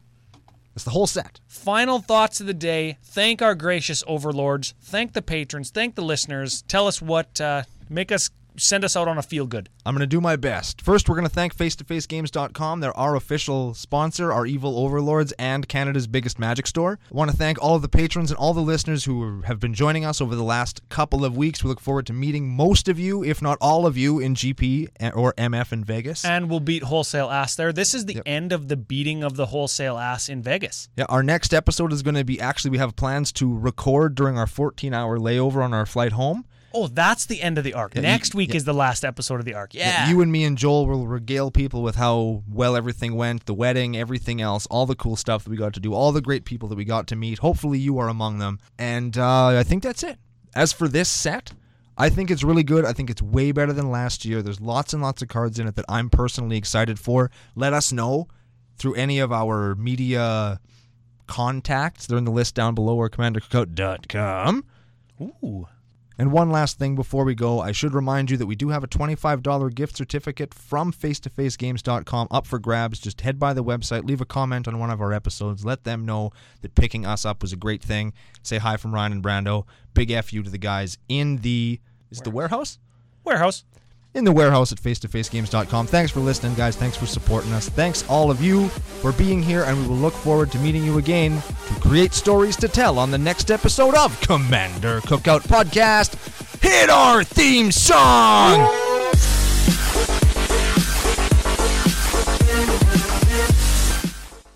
S1: That's the whole set.
S2: Final thoughts of the day. Thank our gracious overlords. Thank the patrons. Thank the listeners. Tell us what uh, make us send us out on a feel good.
S1: I'm going to do my best. First, we're going to thank face2facegames.com. They're our official sponsor, our evil overlords, and Canada's biggest magic store. I want to thank all of the patrons and all the listeners who have been joining us over the last couple of weeks. We look forward to meeting most of you, if not all of you, in GP or MF in Vegas.
S2: And we'll beat wholesale ass there. This is the end of the beating of the wholesale ass in Vegas.
S1: Yeah, our next episode is going to be actually, we have plans to record during our 14 hour layover on our flight home.
S2: Oh, that's the end of the arc. Next week is the last episode of the arc. Yeah.
S1: You and me and Joel will regale people with how well everything went, the wedding, everything else, all the cool stuff that we got to do, all the great people that we got to meet. Hopefully, you are among them. And uh, I think that's it. As for this set, I think it's really good. I think it's way better than last year. There's lots and lots of cards in it that I'm personally excited for. Let us know through any of our media contacts. They're in the list down below or commandercookout.com.
S2: Ooh.
S1: And one last thing before we go, I should remind you that we do have a $25 gift certificate from face2facegames.com up for grabs. Just head by the website, leave a comment on one of our episodes, let them know that picking us up was a great thing. Say hi from Ryan and Brando. Big F you to the guys in the is it the warehouse?
S2: Warehouse.
S1: In the warehouse at face2facegames.com. Thanks for listening, guys. Thanks for supporting us. Thanks all of you for being here, and we will look forward to meeting you again to create stories to tell on the next episode of Commander Cookout Podcast. Hit our theme song!